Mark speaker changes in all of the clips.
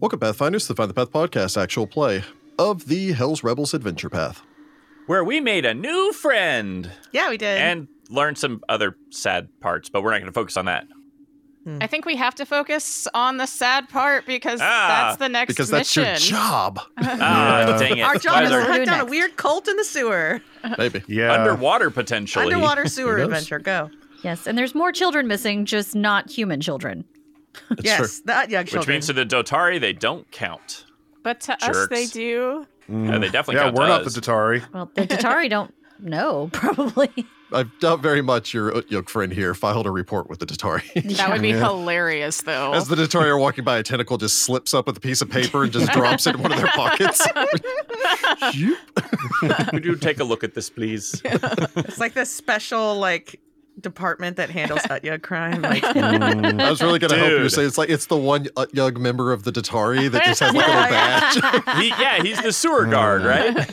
Speaker 1: Welcome, Pathfinders, to the Find the Path podcast actual play of the Hell's Rebels Adventure Path.
Speaker 2: where we made a new friend
Speaker 3: Yeah, we did.
Speaker 2: and learned some other sad parts, but we're not going to focus on that.
Speaker 3: I think we have to focus on the sad part because
Speaker 2: Ah,
Speaker 3: that's the next
Speaker 1: Because that's
Speaker 3: mission.
Speaker 1: your job.
Speaker 2: Ah,
Speaker 4: Yeah.
Speaker 2: dang it.
Speaker 5: Our
Speaker 2: Why
Speaker 5: job
Speaker 2: is
Speaker 5: is
Speaker 2: there
Speaker 5: to hunt
Speaker 3: Do
Speaker 5: down a
Speaker 3: next.
Speaker 5: weird cult in the sewer.
Speaker 1: Maybe.
Speaker 4: Yeah.
Speaker 2: underwater potentially.
Speaker 5: Underwater sewer
Speaker 1: It is.
Speaker 5: adventure. Go.
Speaker 6: Yes, and there's more children missing, just not human children.
Speaker 1: It's true.
Speaker 5: yes, that young
Speaker 2: Which
Speaker 5: children.
Speaker 2: means to the Dotari, they don't count.
Speaker 3: but to us,
Speaker 2: Jerks.
Speaker 3: they do.
Speaker 2: Uh, they definitely
Speaker 4: Mm. yeah,
Speaker 2: count.
Speaker 4: we're
Speaker 2: to
Speaker 4: not the
Speaker 2: us.
Speaker 4: Datari.
Speaker 6: Well, the Tatari don't know, probably.
Speaker 1: I doubt very much your Utyuk friend here filed a report with the Tatari.
Speaker 3: That would be hilarious, though.
Speaker 1: As the Tatari are walking by, a tentacle just slips up with a piece of paper and just drops it in one of their pockets. Shoop.
Speaker 2: Would you take a look at this, please?
Speaker 5: it's like this special like department that handles Utya crime. Like
Speaker 1: I was really going to help you
Speaker 2: Dude.
Speaker 1: say it's like it's the one Utyug member of the Tatari that just has like a little badge.
Speaker 2: he, yeah, he's the
Speaker 4: Mm.
Speaker 2: sewer guard, right?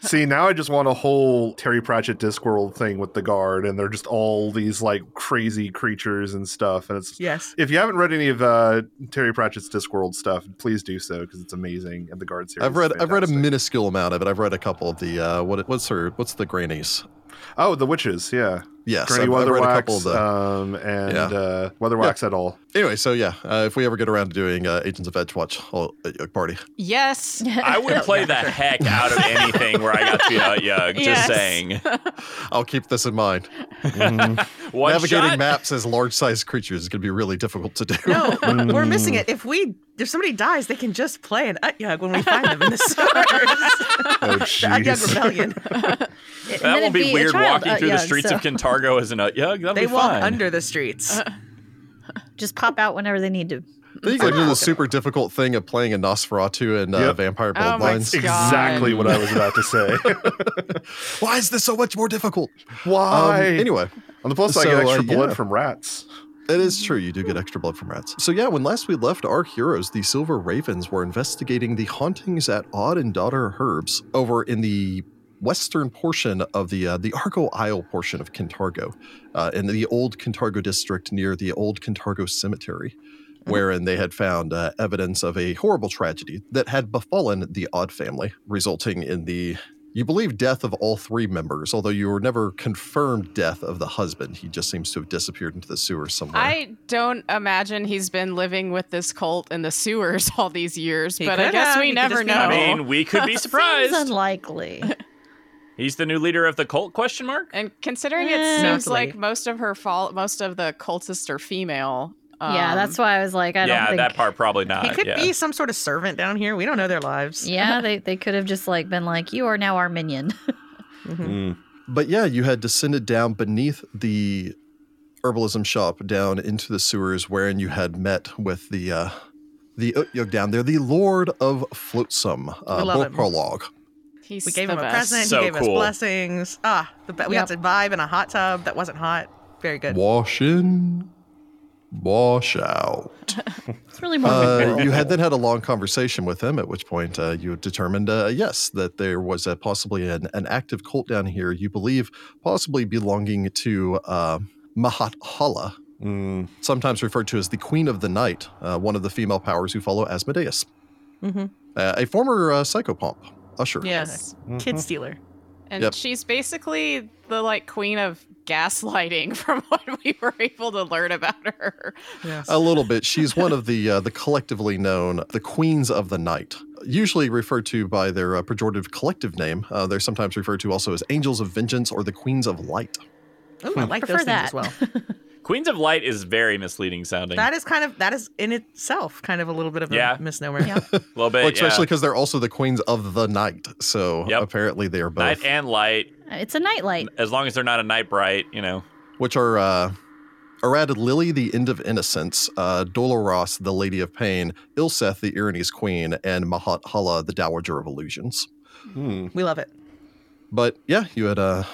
Speaker 4: See, now I just want a whole Terry Pratchett Discworld thing with the guard, and they're just all these like crazy creatures and stuff. And it's
Speaker 5: yes.
Speaker 4: if you haven't read any of uh, Terry Pratchett's Discworld stuff, please do so because it's amazing. And the guard series.
Speaker 1: I've
Speaker 4: is
Speaker 1: read I've read a
Speaker 4: fantastic.
Speaker 1: minuscule amount of it. I've read a couple of the uh, what what's her what's the grannies?
Speaker 4: Oh, the witches. Yeah.
Speaker 1: Yes,
Speaker 4: Granny
Speaker 1: I've, I've read a
Speaker 4: Weatherwax
Speaker 1: couple of the.
Speaker 4: um, and
Speaker 1: Yeah.
Speaker 4: uh, Weatherwax et al.
Speaker 1: anyway, so yeah, uh, if we ever get around to doing uh, Agents of Edge Watch I'll- Utyug party,
Speaker 3: yes.
Speaker 2: I would play the heck out of anything where I got to be a yug. Just
Speaker 3: Yes.
Speaker 2: saying.
Speaker 1: I'll keep this in mind.
Speaker 2: One
Speaker 1: Navigating
Speaker 2: shot?
Speaker 1: maps as large-sized creatures is going to be really difficult to do.
Speaker 5: No, we're missing it. If we if somebody dies, they can just play an Utyug when we find them in the sewer.
Speaker 4: Oh,
Speaker 5: the Utyug
Speaker 4: jeez.
Speaker 5: Rebellion.
Speaker 6: And
Speaker 2: That
Speaker 6: then
Speaker 2: will
Speaker 6: it'd
Speaker 2: be,
Speaker 6: a
Speaker 2: weird
Speaker 6: child,
Speaker 2: walking
Speaker 6: uh,
Speaker 2: through the
Speaker 6: yeah,
Speaker 2: streets
Speaker 6: so
Speaker 2: of Kintargo as an yug. That'll
Speaker 5: They
Speaker 2: be
Speaker 5: walk
Speaker 2: fine. Uh,
Speaker 5: under the streets.
Speaker 6: Just pop out whenever they need to.
Speaker 1: Then you go do the super difficult thing of playing a Nosferatu and uh,
Speaker 4: Yep.
Speaker 1: Vampire
Speaker 3: Oh my
Speaker 1: Bloodlines.
Speaker 3: God.
Speaker 4: Exactly what I was about to say.
Speaker 1: Um, Why is this so much more difficult? Um,
Speaker 4: Why?
Speaker 1: anyway,
Speaker 4: On the plus side,
Speaker 1: So,
Speaker 4: I get
Speaker 1: uh,
Speaker 4: extra blood
Speaker 1: yeah.
Speaker 4: from rats.
Speaker 1: it is true. You do get extra blood from rats. So yeah, when last we left, our heroes, the Silver Ravens, were investigating the hauntings at Odd and Daughter Herbs over in the western portion of the uh, the Argo Isle portion of Kintargo, uh, in the old Kintargo district near the old Kintargo Cemetery. Wherein they had found uh, evidence of a horrible tragedy that had befallen the Odd family, resulting in the You believe death of all three members, although you were never confirmed death of the husband. He just seems to have disappeared into the sewer somewhere.
Speaker 3: I don't imagine he's been living with this cult in the sewers all these years,
Speaker 5: He
Speaker 3: but I
Speaker 5: could
Speaker 3: guess
Speaker 5: have.
Speaker 3: we
Speaker 5: He could
Speaker 3: never
Speaker 5: just be-
Speaker 3: know.
Speaker 2: I mean, we could be
Speaker 6: Seems
Speaker 2: surprised.
Speaker 6: unlikely.
Speaker 2: He's the new leader of the cult? Question mark.
Speaker 3: and considering it
Speaker 6: Eh.
Speaker 3: seems
Speaker 5: Totally.
Speaker 3: like most of her fall, most of the cultists are female.
Speaker 6: yeah,
Speaker 3: um,
Speaker 6: that's why I was like, I
Speaker 2: yeah,
Speaker 6: don't think.
Speaker 2: that part probably not.
Speaker 5: He could
Speaker 2: yeah.
Speaker 5: be some sort of servant down here. We don't know their lives.
Speaker 6: Yeah, they, they could have just like been like, you are now our minion.
Speaker 1: Mm, But yeah, you had descended down beneath the herbalism shop down into the sewers, wherein you had met with the uh, the Utyug down there, the Lord of Flotsam, uh,
Speaker 5: We love him.
Speaker 1: Borprolog.
Speaker 3: he's
Speaker 5: We gave
Speaker 3: the
Speaker 5: him a
Speaker 3: best.
Speaker 5: present.
Speaker 2: So
Speaker 5: he gave
Speaker 2: cool.
Speaker 5: us blessings. Ah, the be- we
Speaker 6: Yep.
Speaker 5: got to vibe in a hot tub that wasn't hot. Very good.
Speaker 1: Wash in, wash out.
Speaker 6: It's really more.
Speaker 1: Uh,
Speaker 6: like-
Speaker 1: you had then had a long conversation with him, at which point uh, you determined, uh, yes, that there was a, possibly an, an active cult down here. You believe possibly belonging to uh, Mahat Hala,
Speaker 4: Mm.
Speaker 1: sometimes referred to as the Queen of the Night, uh, one of the female powers who follow Asmodeus,
Speaker 5: Mhm.
Speaker 1: uh, a former uh, psychopomp, usher.
Speaker 5: Yes. Kid stealer.
Speaker 3: And
Speaker 1: Yep.
Speaker 3: she's basically the like queen of gaslighting from what we were able to learn about her.
Speaker 5: Yes.
Speaker 1: A little bit. She's one of the uh, the collectively known the Queens of the Night, usually referred to by their uh, pejorative collective name. Uh, they're sometimes referred to also as Angels of Vengeance or the Queens of Light.
Speaker 5: Ooh, I like
Speaker 6: Prefer
Speaker 5: those things as
Speaker 6: that.
Speaker 5: well.
Speaker 2: Queens of Light is very misleading sounding.
Speaker 5: That is kind of that is in itself kind of a little bit of a
Speaker 2: Yeah.
Speaker 5: misnomer.
Speaker 6: Yeah.
Speaker 2: a little bit,
Speaker 1: Well, especially
Speaker 2: yeah.
Speaker 1: because they're also the Queens of the Night. So
Speaker 2: Yep.
Speaker 1: apparently they are both,
Speaker 2: night and light.
Speaker 6: it's a nightlight.
Speaker 2: As long as they're not a night bright, you know.
Speaker 1: which are uh, Arad Lily, the End of Innocence, uh, Doloros, the Lady of Pain, Ilseth, the Irony's Queen, and Mahat Hala, the Dowager of Illusions.
Speaker 4: Mm.
Speaker 5: We love it.
Speaker 1: But yeah, you had uh,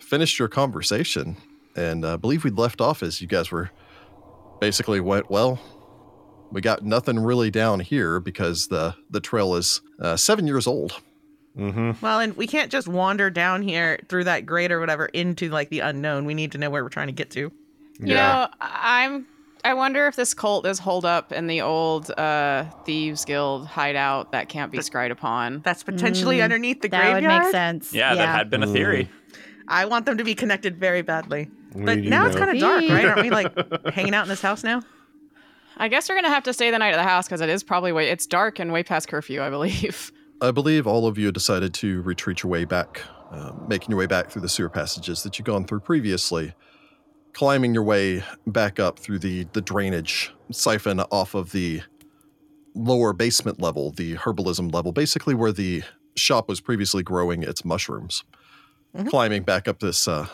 Speaker 1: finished your conversation, and uh, I believe we'd left off as you guys were basically went well. We got nothing really down here because the the trail is uh, seven years old.
Speaker 4: hmm
Speaker 5: Well, and we can't just wander down here through that grate or whatever into like the unknown. We need to know where we're trying to get to.
Speaker 3: You know, I'm I wonder if this cult is holed up in the old uh, thieves guild hideout that can't be scryed upon.
Speaker 5: That's potentially
Speaker 6: Mm,
Speaker 5: underneath the
Speaker 6: that
Speaker 5: graveyard.
Speaker 6: would make sense.
Speaker 2: Yeah, that had been a
Speaker 3: Mm.
Speaker 2: theory.
Speaker 5: I want them to be connected very badly.
Speaker 4: We
Speaker 5: But
Speaker 4: do
Speaker 5: now it's
Speaker 4: know.
Speaker 5: kind of dark,
Speaker 6: Beep.
Speaker 5: right? Aren't we like hanging out in this house now?
Speaker 3: I guess we're gonna have to stay the night at the house because it is probably way it's dark and way past curfew, I believe.
Speaker 1: I believe all of you decided to retreat your way back, uh, making your way back through the sewer passages that you've gone through previously, climbing your way back up through the, the drainage siphon off of the lower basement level, the herbalism level, basically where the shop was previously growing its mushrooms.
Speaker 5: Mhm.
Speaker 1: Climbing back up this uh,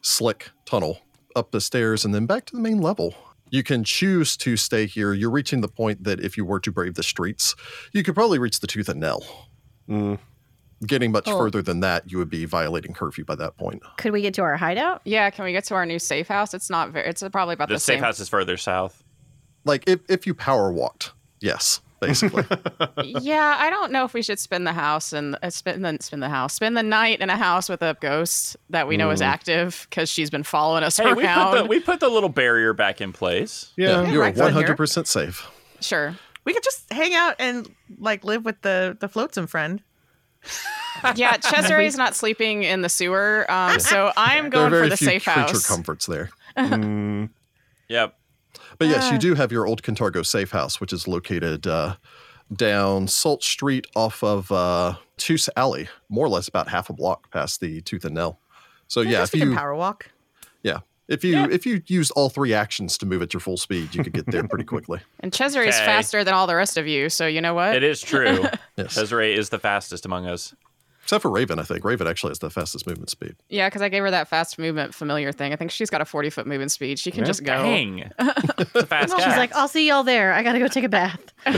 Speaker 1: slick tunnel, up the stairs, and then back to the main level. You can choose to stay here. You're reaching the point that if you were to brave the streets, you could probably reach the Tooth and Nail
Speaker 4: Mm.
Speaker 1: getting much
Speaker 6: Oh.
Speaker 1: further than that, you would be violating curfew by that point.
Speaker 6: Could we get to our hideout?
Speaker 3: Yeah, can we get to our new safe house? It's not very. It's probably about the,
Speaker 2: The safe
Speaker 3: same.
Speaker 2: house is further south.
Speaker 1: Like if, if you power walked, yes, basically.
Speaker 3: yeah, I don't know if we should spin the house and uh, spin the spin the house, spend the night in a house with a ghost that we know is active because she's been following us
Speaker 2: Mm. Hey, we put,
Speaker 3: around.
Speaker 2: the, we put the little barrier back in place.
Speaker 1: yeah,
Speaker 4: Yeah.
Speaker 1: you are
Speaker 5: right, fine,
Speaker 1: 100% safe.
Speaker 3: sure.
Speaker 5: We could just hang out and like live with the the floatsome friend.
Speaker 3: Yeah, Cesare is not sleeping in the sewer, um, so I'm
Speaker 1: There are
Speaker 3: going
Speaker 1: very
Speaker 3: for the
Speaker 1: few
Speaker 3: safe
Speaker 1: creature
Speaker 3: house.
Speaker 1: comforts there.
Speaker 4: Mm.
Speaker 2: Yep.
Speaker 1: But yes,
Speaker 3: Uh.
Speaker 1: you do have your old Cantargo safe house, which is located uh, down Salt Street off of uh, Toos Alley, more or less about half a block past the Tooth and Nail. So
Speaker 5: I
Speaker 1: yeah,
Speaker 5: guess
Speaker 1: if
Speaker 5: we can
Speaker 1: you
Speaker 5: power walk.
Speaker 1: if you
Speaker 2: Yeah.
Speaker 1: if you used all three actions to move at your full speed, you could get there pretty quickly.
Speaker 3: And Cesare is
Speaker 2: Okay.
Speaker 3: faster than all the rest of you, so you know what?
Speaker 2: It is true.
Speaker 1: Yes,
Speaker 2: Cesare is the fastest among us.
Speaker 1: except for Raven, I think Raven actually has the fastest movement speed.
Speaker 3: Yeah, because I gave her that fast movement familiar thing. I think she's got a 40 foot movement speed. She can just go.
Speaker 2: Dang. It's a fast
Speaker 6: Oh. She's
Speaker 2: guy.
Speaker 6: like, I'll see y'all there. I gotta go take a bath.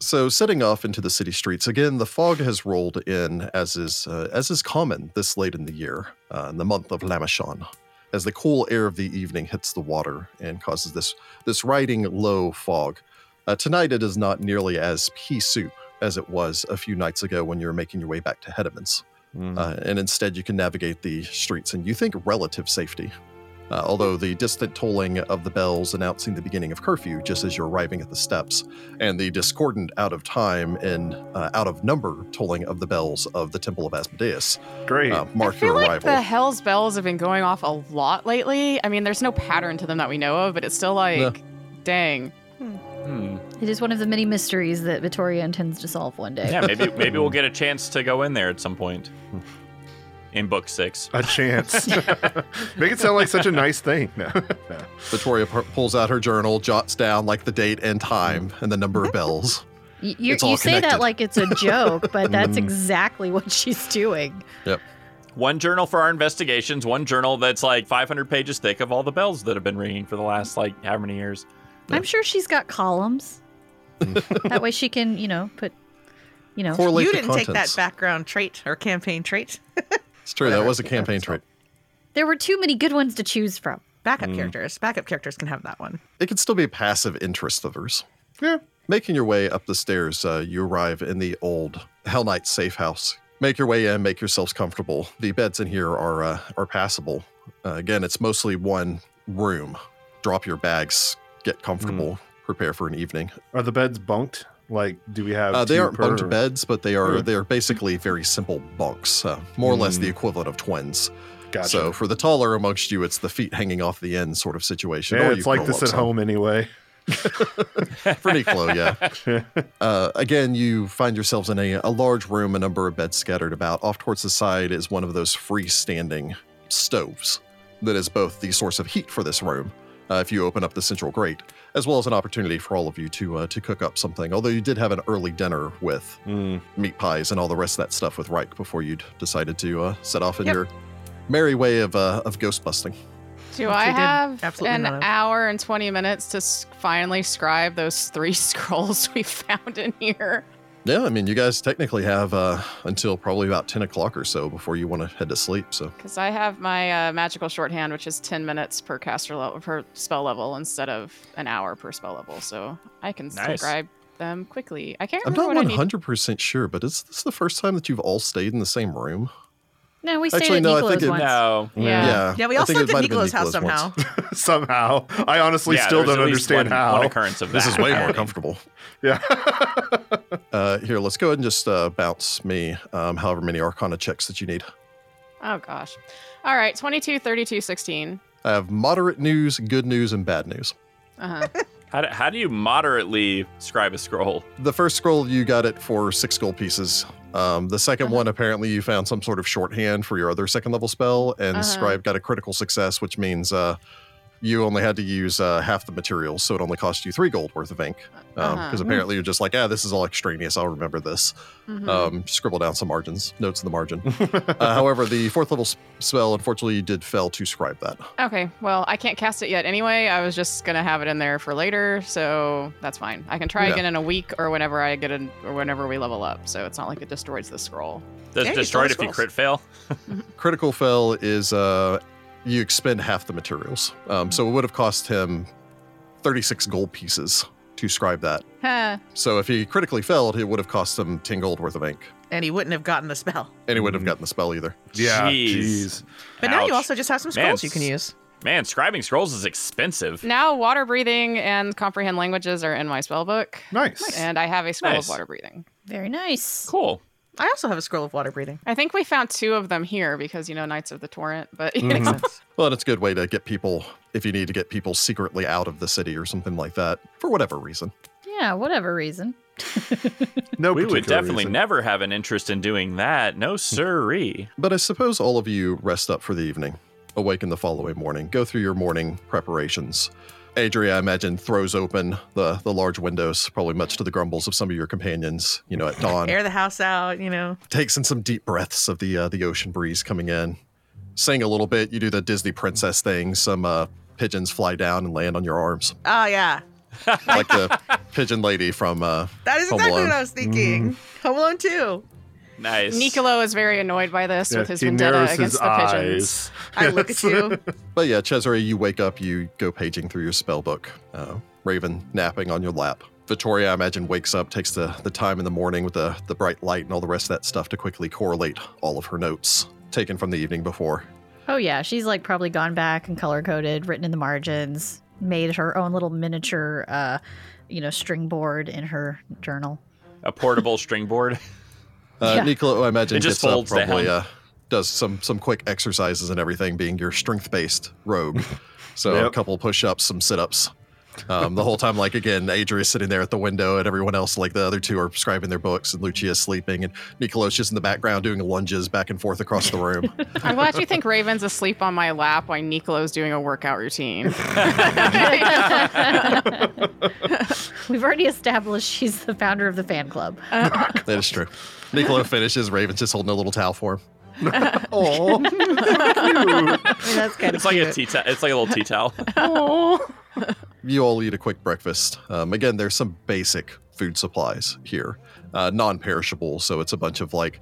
Speaker 1: So setting off into the city streets again, the fog has rolled in, as is uh, as is common this late in the year, uh, in the month of Lamashon, as the cool air of the evening hits the water and causes this this riding low fog. Uh, tonight it is not nearly as pea soup as it was a few nights ago when you were making your way back to Hedemans,
Speaker 4: Mm.
Speaker 1: uh, and instead you can navigate the streets and you think relative safety. Uh, although the distant tolling of the bells announcing the beginning of curfew just as you're arriving at the steps, and the discordant out of time and uh, out of number tolling of the bells of the Temple of Asmodeus
Speaker 4: Mm-hmm. Great.
Speaker 1: uh,
Speaker 3: I
Speaker 1: mark
Speaker 3: feel
Speaker 1: your
Speaker 3: like
Speaker 1: arrival.
Speaker 3: the Hell's Bells have been going off a lot lately. I mean, there's no pattern to them that we know of, but it's still like, dang.
Speaker 2: Hmm.
Speaker 6: It is one of the many mysteries that Vittoria intends to solve one day.
Speaker 2: Yeah, maybe maybe we'll get a chance to go in there at some point. In book six.
Speaker 4: a chance. Make it sound like such a nice thing. No. No.
Speaker 1: Victoria pu- pulls out her journal, jots down like the date and time and the number of bells.
Speaker 6: Y- you
Speaker 1: It's all
Speaker 6: you say
Speaker 1: connected.
Speaker 6: that like it's a joke, but that's
Speaker 4: Mm.
Speaker 6: exactly what she's doing.
Speaker 2: One journal for our investigations, one journal that's like 500 pages thick of all the bells that have been ringing for the last like how many years.
Speaker 1: Yeah. Mm.
Speaker 6: I'm sure she's got columns. that way she can, you know, put, you know,
Speaker 1: Correlate
Speaker 5: you
Speaker 1: the
Speaker 5: didn't take that
Speaker 1: contents.
Speaker 5: background trait or campaign trait.
Speaker 1: It's true. That
Speaker 5: Whatever.
Speaker 1: was a campaign trait.
Speaker 6: there were too many good ones to choose from.
Speaker 5: Backup
Speaker 1: Mm.
Speaker 5: characters. Backup characters can have that one.
Speaker 1: It could still be passive interest of hers.
Speaker 4: Yeah.
Speaker 1: Making your way up the stairs, uh, you arrive in the old Hell Knight safe house. Make your way in, make yourselves comfortable. The beds in here are uh, are passable. Uh, again, it's mostly one room. Drop your bags, get comfortable,
Speaker 4: Hmm.
Speaker 1: prepare for an evening.
Speaker 4: Are the beds bunked? Like, do we have?
Speaker 1: Uh, they
Speaker 4: two
Speaker 1: aren't
Speaker 4: per-
Speaker 1: bunked beds, but they are
Speaker 4: Hmm.
Speaker 1: they are basically very simple bunks, uh, more or less the
Speaker 4: Hmm.
Speaker 1: equivalent of twins.
Speaker 4: Gotcha.
Speaker 1: So for the taller amongst you, it's the feet hanging off the end sort of situation.
Speaker 4: yeah,
Speaker 1: or
Speaker 4: it's
Speaker 1: you
Speaker 4: like
Speaker 1: curl
Speaker 4: this
Speaker 1: up
Speaker 4: at
Speaker 1: some.
Speaker 4: home anyway.
Speaker 1: Pretty close, yeah. Uh, again, you find yourselves in a, a large room, a number of beds scattered about. Off towards the side is one of those freestanding stoves that is both the source of heat for this room, uh, if you open up the central grate, as well as an opportunity for all of you to uh, to cook up something. Although you did have an early dinner with
Speaker 4: Mm.
Speaker 1: meat pies and all the rest of that stuff with Reich before you would decided to uh, set off in
Speaker 5: Yep.
Speaker 1: your merry way of uh, of ghost busting.
Speaker 3: Do
Speaker 5: Which
Speaker 3: I
Speaker 5: we did
Speaker 3: have
Speaker 5: absolutely
Speaker 3: an
Speaker 5: none of.
Speaker 3: hour and 20 minutes to s- finally scribe those three scrolls we found in here?
Speaker 1: Yeah, I mean, you guys technically have uh, until probably about ten o'clock or so before you want to head to sleep. So.
Speaker 3: Because I have my uh, magical shorthand, which is 10 minutes per caster level, per spell level, instead of an hour per spell level. So I can
Speaker 2: Nice.
Speaker 3: scribe them quickly. I can't
Speaker 1: I'm
Speaker 3: remember
Speaker 1: not
Speaker 3: what I need
Speaker 1: 100% sure, but is this the first time that you've all stayed in the same room?
Speaker 6: No, we stayed
Speaker 1: Actually,
Speaker 6: at
Speaker 1: no, I
Speaker 6: Nicolo's
Speaker 1: think it-
Speaker 6: once.
Speaker 2: No.
Speaker 3: Yeah.
Speaker 1: Yeah.
Speaker 5: Yeah, we
Speaker 1: I
Speaker 5: all
Speaker 1: think
Speaker 5: slept
Speaker 1: it
Speaker 5: at
Speaker 1: might have been
Speaker 5: Nicolo's house
Speaker 1: Nicolo's
Speaker 5: somehow.
Speaker 4: somehow. I honestly
Speaker 2: Yeah,
Speaker 4: still
Speaker 2: there was
Speaker 4: don't
Speaker 2: at least
Speaker 4: understand
Speaker 2: one,
Speaker 4: how.
Speaker 2: One occurrence of that.
Speaker 1: This is way more comfortable.
Speaker 4: yeah.
Speaker 1: Uh, here, let's go ahead and just uh, bounce me um, however many Arcana checks that you need.
Speaker 3: Oh gosh. All right, 22, 32, 16.
Speaker 1: I have moderate news, good news, and bad news.
Speaker 3: Uh-huh.
Speaker 2: How do, how do you moderately scribe a scroll?
Speaker 1: The first scroll you got it for six gold pieces. Um, the 2nd
Speaker 3: Uh-huh.
Speaker 1: one apparently you found some sort of shorthand for your other second level spell, and
Speaker 3: Uh-huh.
Speaker 1: Scribe got a critical success, which means uh, you only had to use uh, half the materials, so it only cost you three gold worth of ink. Because
Speaker 3: Uh-huh.
Speaker 1: apparently you're just like, ah, this is all extraneous. I'll remember this.
Speaker 3: Mhm.
Speaker 1: Um, scribble down some margins, notes in the margin. uh, however, the fourth level s- spell, unfortunately, you did fail to scribe that.
Speaker 3: okay, well, I can't cast it yet anyway. I was just going to have it in there for later, so that's fine. I can try
Speaker 1: Yeah.
Speaker 3: again in a week or whenever I get in or whenever we level up. So it's not like it destroys the scroll.
Speaker 2: Does
Speaker 5: Yeah,
Speaker 2: it
Speaker 5: you
Speaker 2: destroy it
Speaker 5: throw
Speaker 2: if you
Speaker 5: scrolls.
Speaker 2: crit fail?
Speaker 1: critical fail is uh, you expend half the materials. Um, so it would have cost him 36 gold pieces to scribe that.
Speaker 3: Huh.
Speaker 1: So if he critically failed, it would have cost him 10 gold worth of ink.
Speaker 5: And he wouldn't have gotten the spell.
Speaker 1: And he wouldn't have gotten the spell either.
Speaker 4: Yeah.
Speaker 2: Jeez.
Speaker 4: Jeez.
Speaker 5: But now
Speaker 2: Ouch.
Speaker 5: you also just have some
Speaker 2: Man,
Speaker 5: scrolls you can
Speaker 2: s-
Speaker 5: use.
Speaker 2: Man, scribing scrolls is expensive.
Speaker 3: Now water breathing and comprehend languages are in my spell book.
Speaker 4: Nice.
Speaker 3: And I have a scroll
Speaker 2: Nice.
Speaker 3: of water breathing.
Speaker 6: Very nice.
Speaker 2: Cool.
Speaker 5: I also have a scroll of water breathing.
Speaker 3: I think we found two of them here because you know Knights of the Torrent, but
Speaker 5: Makes sense.
Speaker 1: Well, and it's a good way to get people, if you need to get people secretly out of the city or something like that, for whatever reason.
Speaker 6: Yeah, whatever reason.
Speaker 4: No,
Speaker 2: we would
Speaker 4: particular
Speaker 2: definitely
Speaker 4: reason.
Speaker 2: never have an interest in doing that. No siree.
Speaker 1: But I suppose all of you rest up for the evening, awaken the following morning, go through your morning preparations. Adria, I imagine, throws open the, the large windows, probably much to the grumbles of some of your companions, you know, at dawn.
Speaker 5: Air the house out, you know.
Speaker 1: takes in some deep breaths of the uh, the ocean breeze coming in. Sing a little bit. You do the Disney princess thing. Some uh, pigeons fly down and land on your arms,
Speaker 5: Oh yeah,
Speaker 1: like the pigeon lady from. Uh,
Speaker 5: that is
Speaker 1: Home
Speaker 5: exactly
Speaker 1: Alone.
Speaker 5: what I was thinking. Home Alone Two.
Speaker 2: Nice.
Speaker 3: Nicolo is very annoyed by this
Speaker 4: Yeah,
Speaker 3: with his
Speaker 4: he
Speaker 3: vendetta
Speaker 4: narrows his
Speaker 3: against the pigeons.
Speaker 4: eyes.
Speaker 5: I look at
Speaker 4: Yes.
Speaker 5: you.
Speaker 1: but yeah, Cesare, you wake up. You go paging through your spell book. Uh, Raven napping on your lap. Vittoria, I imagine, wakes up, takes the, the time in the morning with the, the bright light and all the rest of that stuff to quickly correlate all of her notes taken from the evening before.
Speaker 6: Oh yeah, she's like probably gone back and color coded, written in the margins, made her own little miniature, uh, you know, string board in her journal.
Speaker 2: A portable string board.
Speaker 1: Uh,
Speaker 6: Yeah.
Speaker 1: Nicolo, I imagine,
Speaker 2: It just
Speaker 1: gets up
Speaker 2: folds down.
Speaker 1: probably uh, does some some quick exercises and everything, being your strength based rogue. So a
Speaker 4: Yep.
Speaker 1: couple push ups, some sit ups. Um, the whole time, like again, Adria's sitting there at the window, and everyone else, like the other two, are scribing their books, and Lucia's sleeping, and Nicolo's just in the background doing lunges back and forth across the room.
Speaker 3: I'm glad you think Raven's asleep on my lap while Nicolo's doing a workout routine.
Speaker 6: We've already established she's the founder of the fan club.
Speaker 1: that is true. Nicolo finishes. Raven's just holding a little towel for him.
Speaker 4: Aw.
Speaker 6: I mean, that's kind of
Speaker 2: It's like a tea towel. It's like a little tea towel.
Speaker 1: you all eat a quick breakfast. Um, again, there's some basic food supplies here, uh, non perishable. So it's a bunch of like,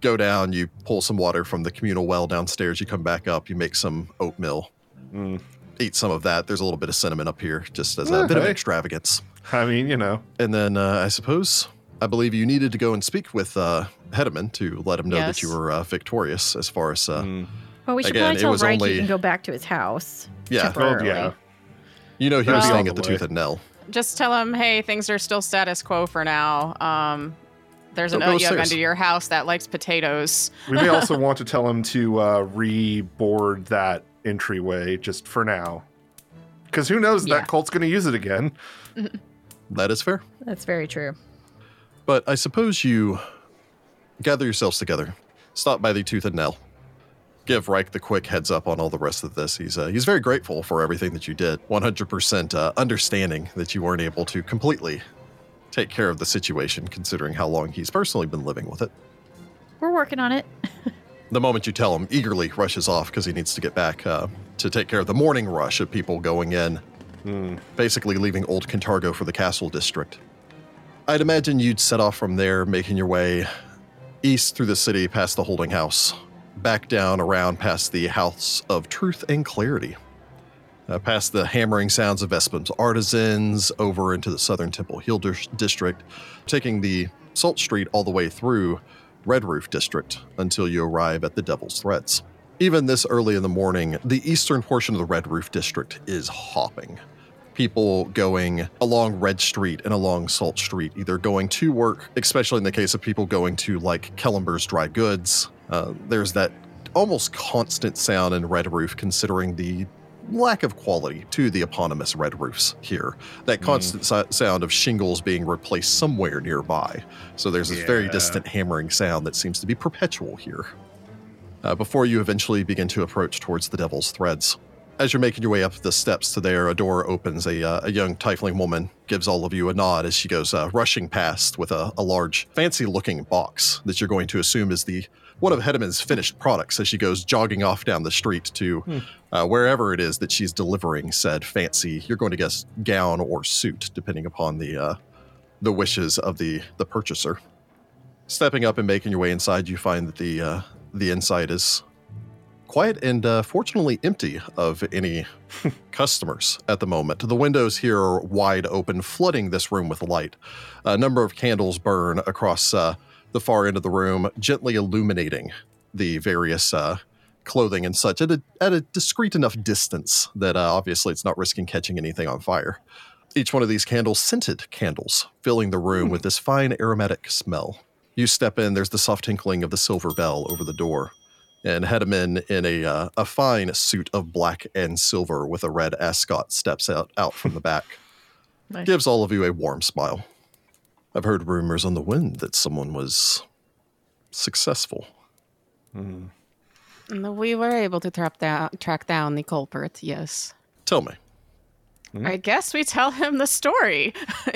Speaker 1: go down, you pull some water from the communal well downstairs, you come back up, you make some oatmeal,
Speaker 4: Mm.
Speaker 1: eat some of that. There's a little bit of cinnamon up here, just as a
Speaker 4: Yeah,
Speaker 1: bit of
Speaker 4: hey.
Speaker 1: extravagance.
Speaker 4: I mean, you know.
Speaker 1: And then uh, I suppose, I believe you needed to go and speak with uh, Hedeman to let him know that
Speaker 3: Yes.
Speaker 1: you were uh, victorious as far as, uh,
Speaker 4: Mm.
Speaker 6: Well, we should
Speaker 1: Again,
Speaker 6: probably
Speaker 1: it
Speaker 6: tell
Speaker 1: was
Speaker 6: Reich
Speaker 1: only-
Speaker 6: he can go back to his house.
Speaker 1: yeah,
Speaker 4: Oh,
Speaker 6: temporarily.
Speaker 4: yeah.
Speaker 1: you know, he was
Speaker 3: Well-
Speaker 1: staying at
Speaker 4: Probably.
Speaker 1: the Tooth and Nell.
Speaker 3: Just tell him, hey, things are still status quo for now. Um, there's an
Speaker 1: Don't go
Speaker 3: oat yolk
Speaker 1: upstairs.
Speaker 3: under your house that likes potatoes.
Speaker 4: We may also want to tell him to uh, re-board that entryway just for now. Because who knows,
Speaker 6: Yeah.
Speaker 4: that cult's going to use it again.
Speaker 1: That is fair.
Speaker 6: That's very true.
Speaker 1: But I suppose you gather yourselves together, stop by the Tooth and Nail, give Reich the quick heads up on all the rest of this. He's uh, he's very grateful for everything that you did. 100% uh, understanding that you weren't able to completely take care of the situation, considering how long he's personally been living with it.
Speaker 6: We're working on it.
Speaker 1: The moment you tell him, eagerly rushes off because he needs to get back uh, to take care of the morning rush of people going in, basically leaving Old Cantargo for the Castle District. I'd imagine you'd set off from there, making your way east through the city, past the holding house, back down around past the House of Truth and Clarity, uh, past the hammering sounds of Vespin's artisans, over into the Southern Temple Hill dis- District, taking the Salt Street all the way through Red Roof District until you arrive at the Devil's Threats. Even this early in the morning, the eastern portion of the Red Roof District is hopping. People going along Red Street and along Salt Street, either going to work, especially in the case of people going to like Kellenber's Dry Goods. Uh, there's that almost constant sound in Red Roof, considering the lack of quality to the eponymous Red Roofs here. That constant so- sound of shingles being replaced somewhere nearby. So there's this very
Speaker 4: Yeah.
Speaker 1: distant hammering sound that seems to be perpetual here. Uh, before you eventually begin to approach towards the Devil's Threads. As you're making your way up the steps to there, a door opens. A, uh, a young tiefling woman gives all of you a nod as she goes uh, rushing past with a, a large, fancy-looking box that you're going to assume is the one of Hedeman's finished products as she goes jogging off down the street to uh, wherever it is that she's delivering said fancy, you're going to guess gown or suit, depending upon the uh, the wishes of the the purchaser. Stepping up and making your way inside, you find that the uh, the inside is quiet and uh, fortunately empty of any customers at the moment. The windows here are wide open, flooding this room with light. A number of candles burn across uh, the far end of the room, gently illuminating the various uh, clothing and such at a, at a discreet enough distance that uh, obviously it's not risking catching anything on fire. Each one of these candles, scented candles, filling the room with this fine aromatic smell. You step in, there's the soft tinkling of the silver bell over the door. And Hedeman, in a, uh, a fine suit of black and silver with a red ascot, steps out, out from the back.
Speaker 3: Nice.
Speaker 1: Gives all of you a warm smile. I've heard rumors on the wind that someone was successful.
Speaker 3: And Mm, we were able to trap down, track down the culprit, yes.
Speaker 1: Tell me,
Speaker 5: Mm-hmm.
Speaker 3: I guess we tell him the story.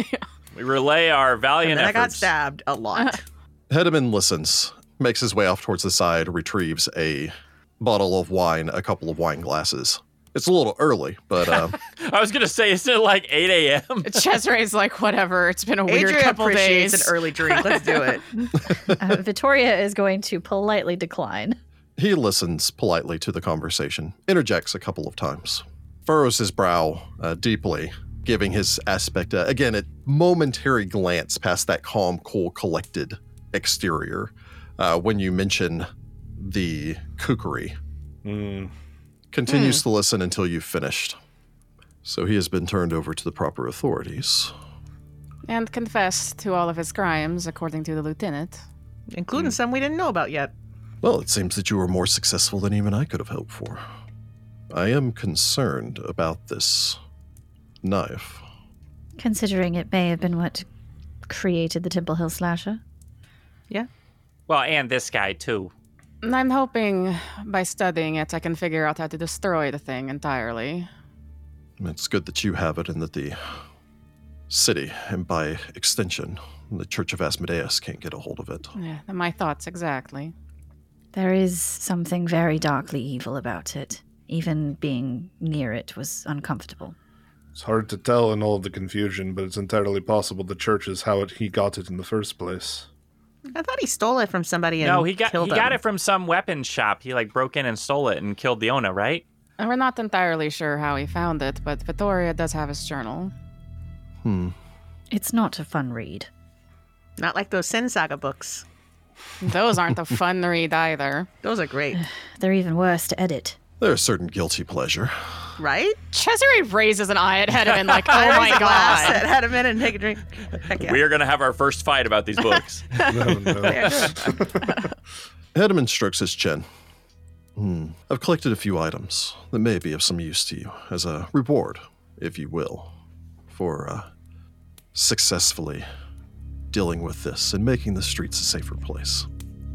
Speaker 2: We relay our
Speaker 5: And
Speaker 2: valiant
Speaker 5: then I got
Speaker 2: efforts.
Speaker 5: stabbed a
Speaker 3: Uh,
Speaker 5: lot.
Speaker 1: Hedeman listens, makes his way off towards the side, retrieves a bottle of wine, a couple of wine glasses. It's a little early, but uh,
Speaker 2: I was gonna say, isn't it like 8 a.m.?
Speaker 3: Cesare's like, whatever, it's been a weird
Speaker 5: Adrian
Speaker 3: couple
Speaker 5: appreciates
Speaker 3: days.
Speaker 5: an early drink. Let's do it.
Speaker 6: Uh, Vittoria is going to politely decline.
Speaker 1: he listens politely to the conversation, interjects a couple of times, furrows his brow uh, deeply, giving his aspect, uh, again, a momentary glance past that calm, cool, collected exterior uh, when you mention the kookery
Speaker 4: Mm.
Speaker 1: continues to listen until you've finished. So he has been turned over to the proper authorities.
Speaker 3: and confessed to all of his crimes, according to the lieutenant.
Speaker 5: Including some we didn't know about yet.
Speaker 1: Well, it seems that you were more successful than even I could have hoped for. I am concerned about this knife.
Speaker 6: Considering it may have been what created the Temple Hill slasher.
Speaker 2: Well, and this guy too.
Speaker 3: And I'm hoping by studying it, I can figure out how to destroy the thing entirely.
Speaker 1: It's good that you have it and that the city, and by extension, the Church of Asmodeus can't get a hold of it.
Speaker 3: Yeah, my thoughts exactly.
Speaker 6: There is something very darkly evil about it. Even being near it was uncomfortable.
Speaker 4: It's hard to tell in all the confusion, but it's entirely possible the church is how it, he got it in the first place.
Speaker 5: I thought he stole it from somebody. And
Speaker 2: No, he got
Speaker 5: killed
Speaker 2: he got
Speaker 5: him.
Speaker 2: it from some weapon shop. He like broke in and stole it and killed the owner, right?
Speaker 3: And we're not entirely sure how he found it, but Vittoria does have his journal.
Speaker 1: Hmm.
Speaker 6: It's not a fun read.
Speaker 5: Not like those Sin Saga books.
Speaker 3: Those aren't a fun read either.
Speaker 5: Those are great,
Speaker 6: They're even worse to edit.
Speaker 1: There's a certain guilty pleasure.
Speaker 5: right?
Speaker 3: Cesare raises an eye at Hedman like, oh
Speaker 5: Raise
Speaker 3: my
Speaker 5: a glass
Speaker 3: god.
Speaker 5: that had a minute and take a drink. Heck yeah.
Speaker 2: We're gonna have our first fight about these books.
Speaker 4: No, no.
Speaker 1: Hedeman strokes his chin. Hmm. I've collected a few items that may be of some use to you as a reward, if you will, for uh, successfully dealing with this and making the streets a safer place.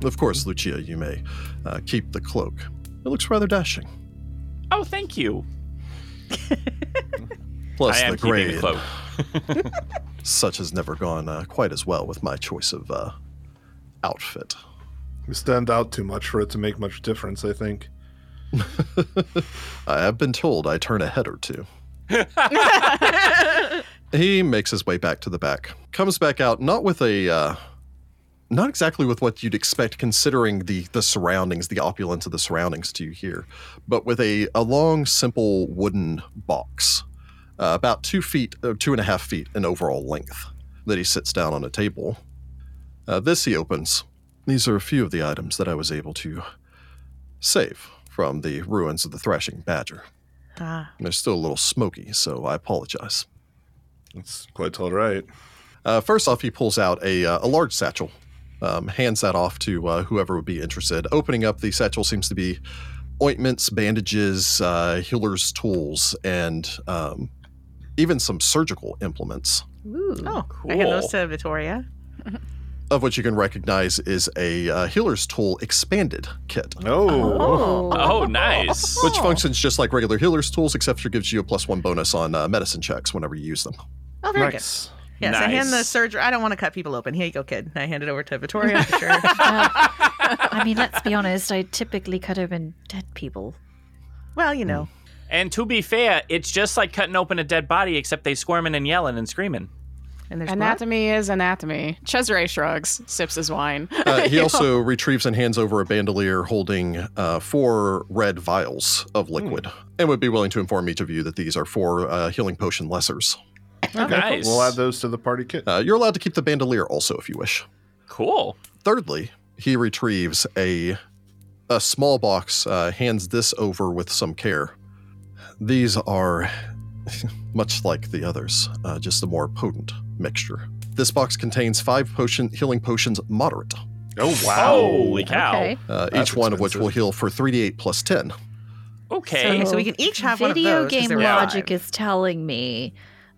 Speaker 1: Of course, Lucia, you may uh, keep the cloak. It looks rather dashing.
Speaker 2: oh, thank you.
Speaker 1: Plus,
Speaker 2: I am
Speaker 1: the
Speaker 2: keeping
Speaker 1: gray
Speaker 2: the
Speaker 1: and
Speaker 2: cloak.
Speaker 1: such has never gone uh, quite as well with my choice of uh, outfit.
Speaker 4: you stand out too much for it to make much difference, I think.
Speaker 1: I have been told I turn a head or two. he makes his way back to the back. Comes back out not with a uh, not exactly with what you'd expect considering the the surroundings, the opulence of the surroundings to you here, but with a, a long, simple wooden box, uh, about two feet, uh, two and a half feet in overall length, that he sits down on a table. Uh, this he opens, These are a few of the items that I was able to save from the ruins of the Thrashing Badger.
Speaker 5: Ah,
Speaker 1: They're still a little smoky, so I apologize.
Speaker 4: That's quite all right.
Speaker 1: Uh, first off, he pulls out a, uh, a large satchel, um, hands that off to uh, whoever would be interested. Opening up the satchel seems to be ointments, bandages, uh, healer's tools, and um, even some surgical implements,
Speaker 6: Ooh.
Speaker 5: oh, I had
Speaker 2: Cool.
Speaker 5: those to Vittoria.
Speaker 1: of which you can recognize is a uh, healer's tool expanded kit.
Speaker 4: Oh,
Speaker 2: Oh, nice.
Speaker 1: Which functions just like regular healer's tools, except it gives you a plus one bonus on uh, medicine checks whenever you use them.
Speaker 5: Oh, very
Speaker 4: nice.
Speaker 5: good. Yes, I hand the
Speaker 2: Nice.
Speaker 5: surgery. I don't want to cut people open. Here you go, kid. And I hand it over to Vittoria. sure.
Speaker 6: I mean, let's be honest. I typically cut open dead people.
Speaker 5: Well, you know.
Speaker 2: And to be fair, it's just like cutting open a dead body, except they squirming and yelling and screaming.
Speaker 5: And there's blood.
Speaker 3: Anatomy is anatomy. Cesare shrugs, sips his wine.
Speaker 1: Uh, he also retrieves and hands over a bandolier holding uh, four red vials of liquid
Speaker 4: Hmm.
Speaker 1: and would be willing to inform each of you that these are four uh, healing potion lessers.
Speaker 4: Okay, cool.
Speaker 2: Nice.
Speaker 4: We'll add those to the party kit.
Speaker 1: Uh, you're allowed to keep the bandolier also if you wish.
Speaker 2: Cool.
Speaker 1: Thirdly, he retrieves a, a small box, uh, hands this over with some care. These are much like the others, uh, just a more potent mixture. This box contains five potion healing potions moderate,
Speaker 4: Oh wow!
Speaker 2: Holy cow.
Speaker 6: Okay.
Speaker 2: Okay.
Speaker 1: uh, each
Speaker 4: That's
Speaker 1: one of which will
Speaker 4: expensive.
Speaker 1: heal for 3d8 plus 10.
Speaker 5: Okay, so we can each have one of
Speaker 6: Video
Speaker 5: those 'cause
Speaker 6: game
Speaker 5: they're
Speaker 6: logic
Speaker 5: alive.
Speaker 6: is telling me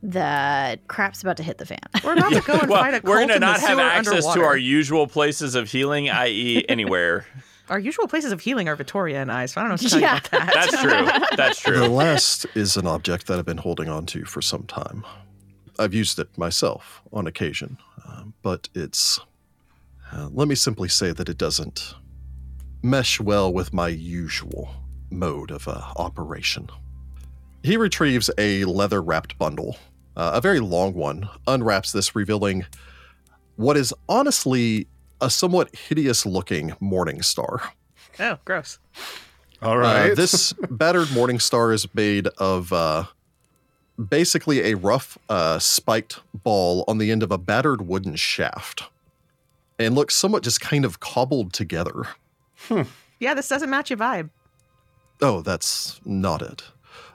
Speaker 6: that crap's about to hit the fan.
Speaker 5: We're about to go and fight
Speaker 2: Well,
Speaker 5: a cult
Speaker 2: we're gonna
Speaker 5: in the
Speaker 2: not have
Speaker 5: sewer
Speaker 2: access
Speaker 5: underwater.
Speaker 2: to our usual places of healing, i.e., anywhere.
Speaker 5: Our usual places of healing are Vittoria and I, so I don't know what to tell
Speaker 6: Yeah.
Speaker 5: you about that.
Speaker 2: That's true. That's
Speaker 1: The
Speaker 2: true.
Speaker 1: last is an object that I've been holding on to for some time. I've used it myself on occasion, uh, but it's. Uh, let me simply say that it doesn't mesh well with my usual mode of uh, operation. He retrieves a leather wrapped bundle, uh, a very long one, unwraps this, revealing what is honestly a somewhat hideous looking morning star.
Speaker 5: Oh, gross.
Speaker 4: All
Speaker 1: Uh,
Speaker 4: right.
Speaker 1: this battered morning star is made of uh, basically a rough uh, spiked ball on the end of a battered wooden shaft and looks somewhat just kind of cobbled together.
Speaker 5: Yeah, this doesn't match your vibe.
Speaker 1: Oh, that's not it.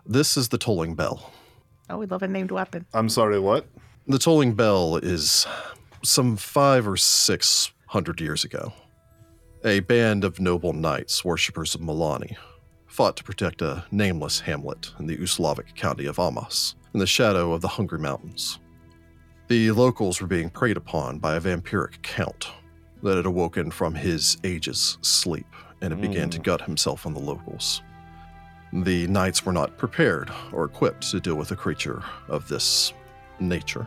Speaker 1: This is the tolling bell.
Speaker 5: Oh, we love a named weapon.
Speaker 4: I'm sorry. What?
Speaker 1: The tolling bell is some five or six hundred years ago. A band of noble knights, worshippers of Milani, fought to protect a nameless hamlet in the Uslavic county of Amas, in the shadow of the Hungry Mountains. The locals were being preyed upon by a vampiric count that had awoken from his ages sleep and had began to gut himself on the locals. The knights were not prepared or equipped to deal with a creature of this nature.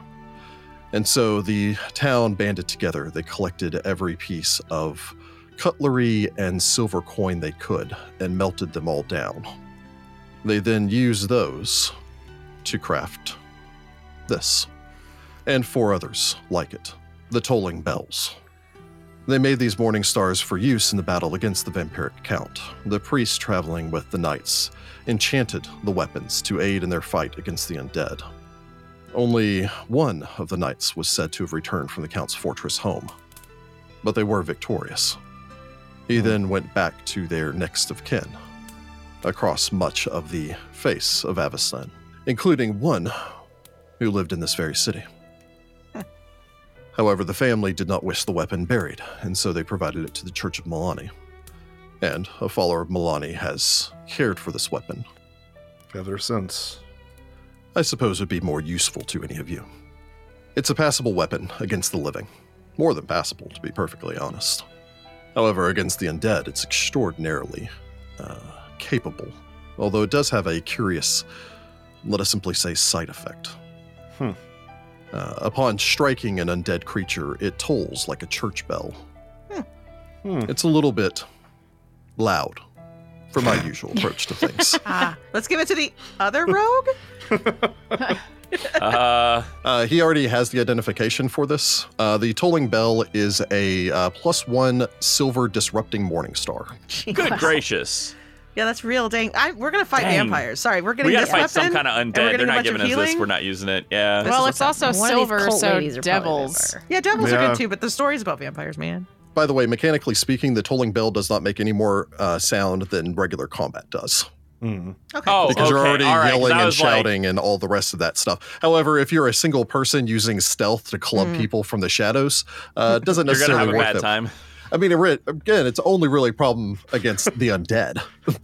Speaker 1: And so the town banded together. They collected every piece of cutlery and silver coin they could and melted them all down. They then used those to craft this and four others like it the tolling bells. They made these morning stars for use in the battle against the vampiric count. The priests traveling with the knights enchanted the weapons to aid in their fight against the undead. Only one of the knights was said to have returned from the Count's fortress home, but they were victorious. He then went back to their next of kin across much of the face of Avestan, including one who lived in this very city. However, the family did not wish the weapon buried, and so they provided it to the Church of Milani. And a follower of Milani has cared for this weapon.
Speaker 4: Ever since.
Speaker 1: I suppose would be more useful to any of you. It's a passable weapon against the living. More than passable, to be perfectly honest. However, against the undead, it's extraordinarily uh, capable, although it does have a curious, let us simply say, side effect.
Speaker 4: Hmm.
Speaker 1: Uh, upon striking an undead creature, it tolls like a church bell.
Speaker 4: Hmm.
Speaker 1: It's a little bit loud for my usual approach to things.
Speaker 5: Ah, let's give it to the other rogue.
Speaker 2: Uh,
Speaker 1: Uh, he already has the identification for this. Uh, the tolling bell is a uh, plus one silver disrupting morning star.
Speaker 2: good gracious.
Speaker 5: Yeah, that's real dang. I, we're gonna fight
Speaker 2: Dang.
Speaker 5: vampires. Sorry, we're
Speaker 2: We
Speaker 5: getting
Speaker 2: gotta
Speaker 5: this
Speaker 2: fight some
Speaker 5: weapon.
Speaker 2: kind of
Speaker 5: and we're
Speaker 2: undead. They're
Speaker 5: getting a
Speaker 2: not
Speaker 5: bunch of
Speaker 2: giving us this.
Speaker 5: healing?
Speaker 2: We're not using it. Yeah.
Speaker 5: This is
Speaker 3: well,
Speaker 5: what's
Speaker 3: it's also
Speaker 6: One of these
Speaker 3: silver,
Speaker 6: cult
Speaker 3: so
Speaker 6: ladies are probably a
Speaker 3: devils.
Speaker 6: vampire.
Speaker 5: yeah, devils are
Speaker 4: Yeah.
Speaker 5: good too, but the story's about vampires, man.
Speaker 1: By the way, mechanically speaking, the tolling bell does not make any more uh, sound than regular combat does
Speaker 4: Mm.
Speaker 5: Okay.
Speaker 2: Oh,
Speaker 1: because
Speaker 2: okay.
Speaker 1: you're already
Speaker 2: all right, 'cause
Speaker 1: yelling
Speaker 2: I
Speaker 1: and
Speaker 2: was like-
Speaker 1: shouting and all the rest of that stuff. However, if you're a single person using stealth to club
Speaker 5: Mm.
Speaker 1: people from the shadows, uh, it doesn't
Speaker 2: you're gonna
Speaker 1: necessarily
Speaker 2: have a
Speaker 1: work.
Speaker 2: bad
Speaker 1: that-
Speaker 2: time.
Speaker 1: I mean, it re- again, it's only really a problem against the undead.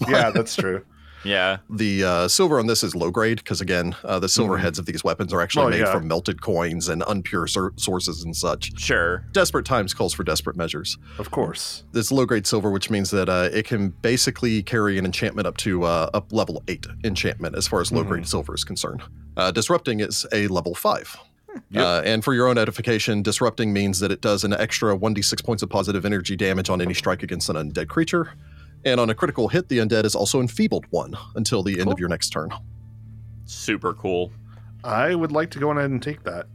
Speaker 4: Yeah, that's true.
Speaker 2: Yeah.
Speaker 1: The uh, silver on this is low grade because again, uh, the silver
Speaker 4: Mhm.
Speaker 1: heads of these weapons are actually
Speaker 4: Well,
Speaker 1: made
Speaker 4: yeah.
Speaker 1: from melted coins and unpure sor- sources and such.
Speaker 2: Sure.
Speaker 1: Desperate times calls for desperate measures.
Speaker 4: Of course.
Speaker 1: It's low grade silver, which means that uh, it can basically carry an enchantment up to uh, up level eight enchantment as far as low
Speaker 4: Mm-hmm.
Speaker 1: grade silver is concerned. Uh, disrupting is a level five.
Speaker 4: Hmm. Yep.
Speaker 1: Uh, and for your own edification, disrupting means that it does an extra 1d6 points of positive energy damage on any strike against an undead creature. And on a critical hit, the undead is also enfeebled one until the end of your next turn.
Speaker 2: Super cool.
Speaker 4: I would like to go ahead and take that.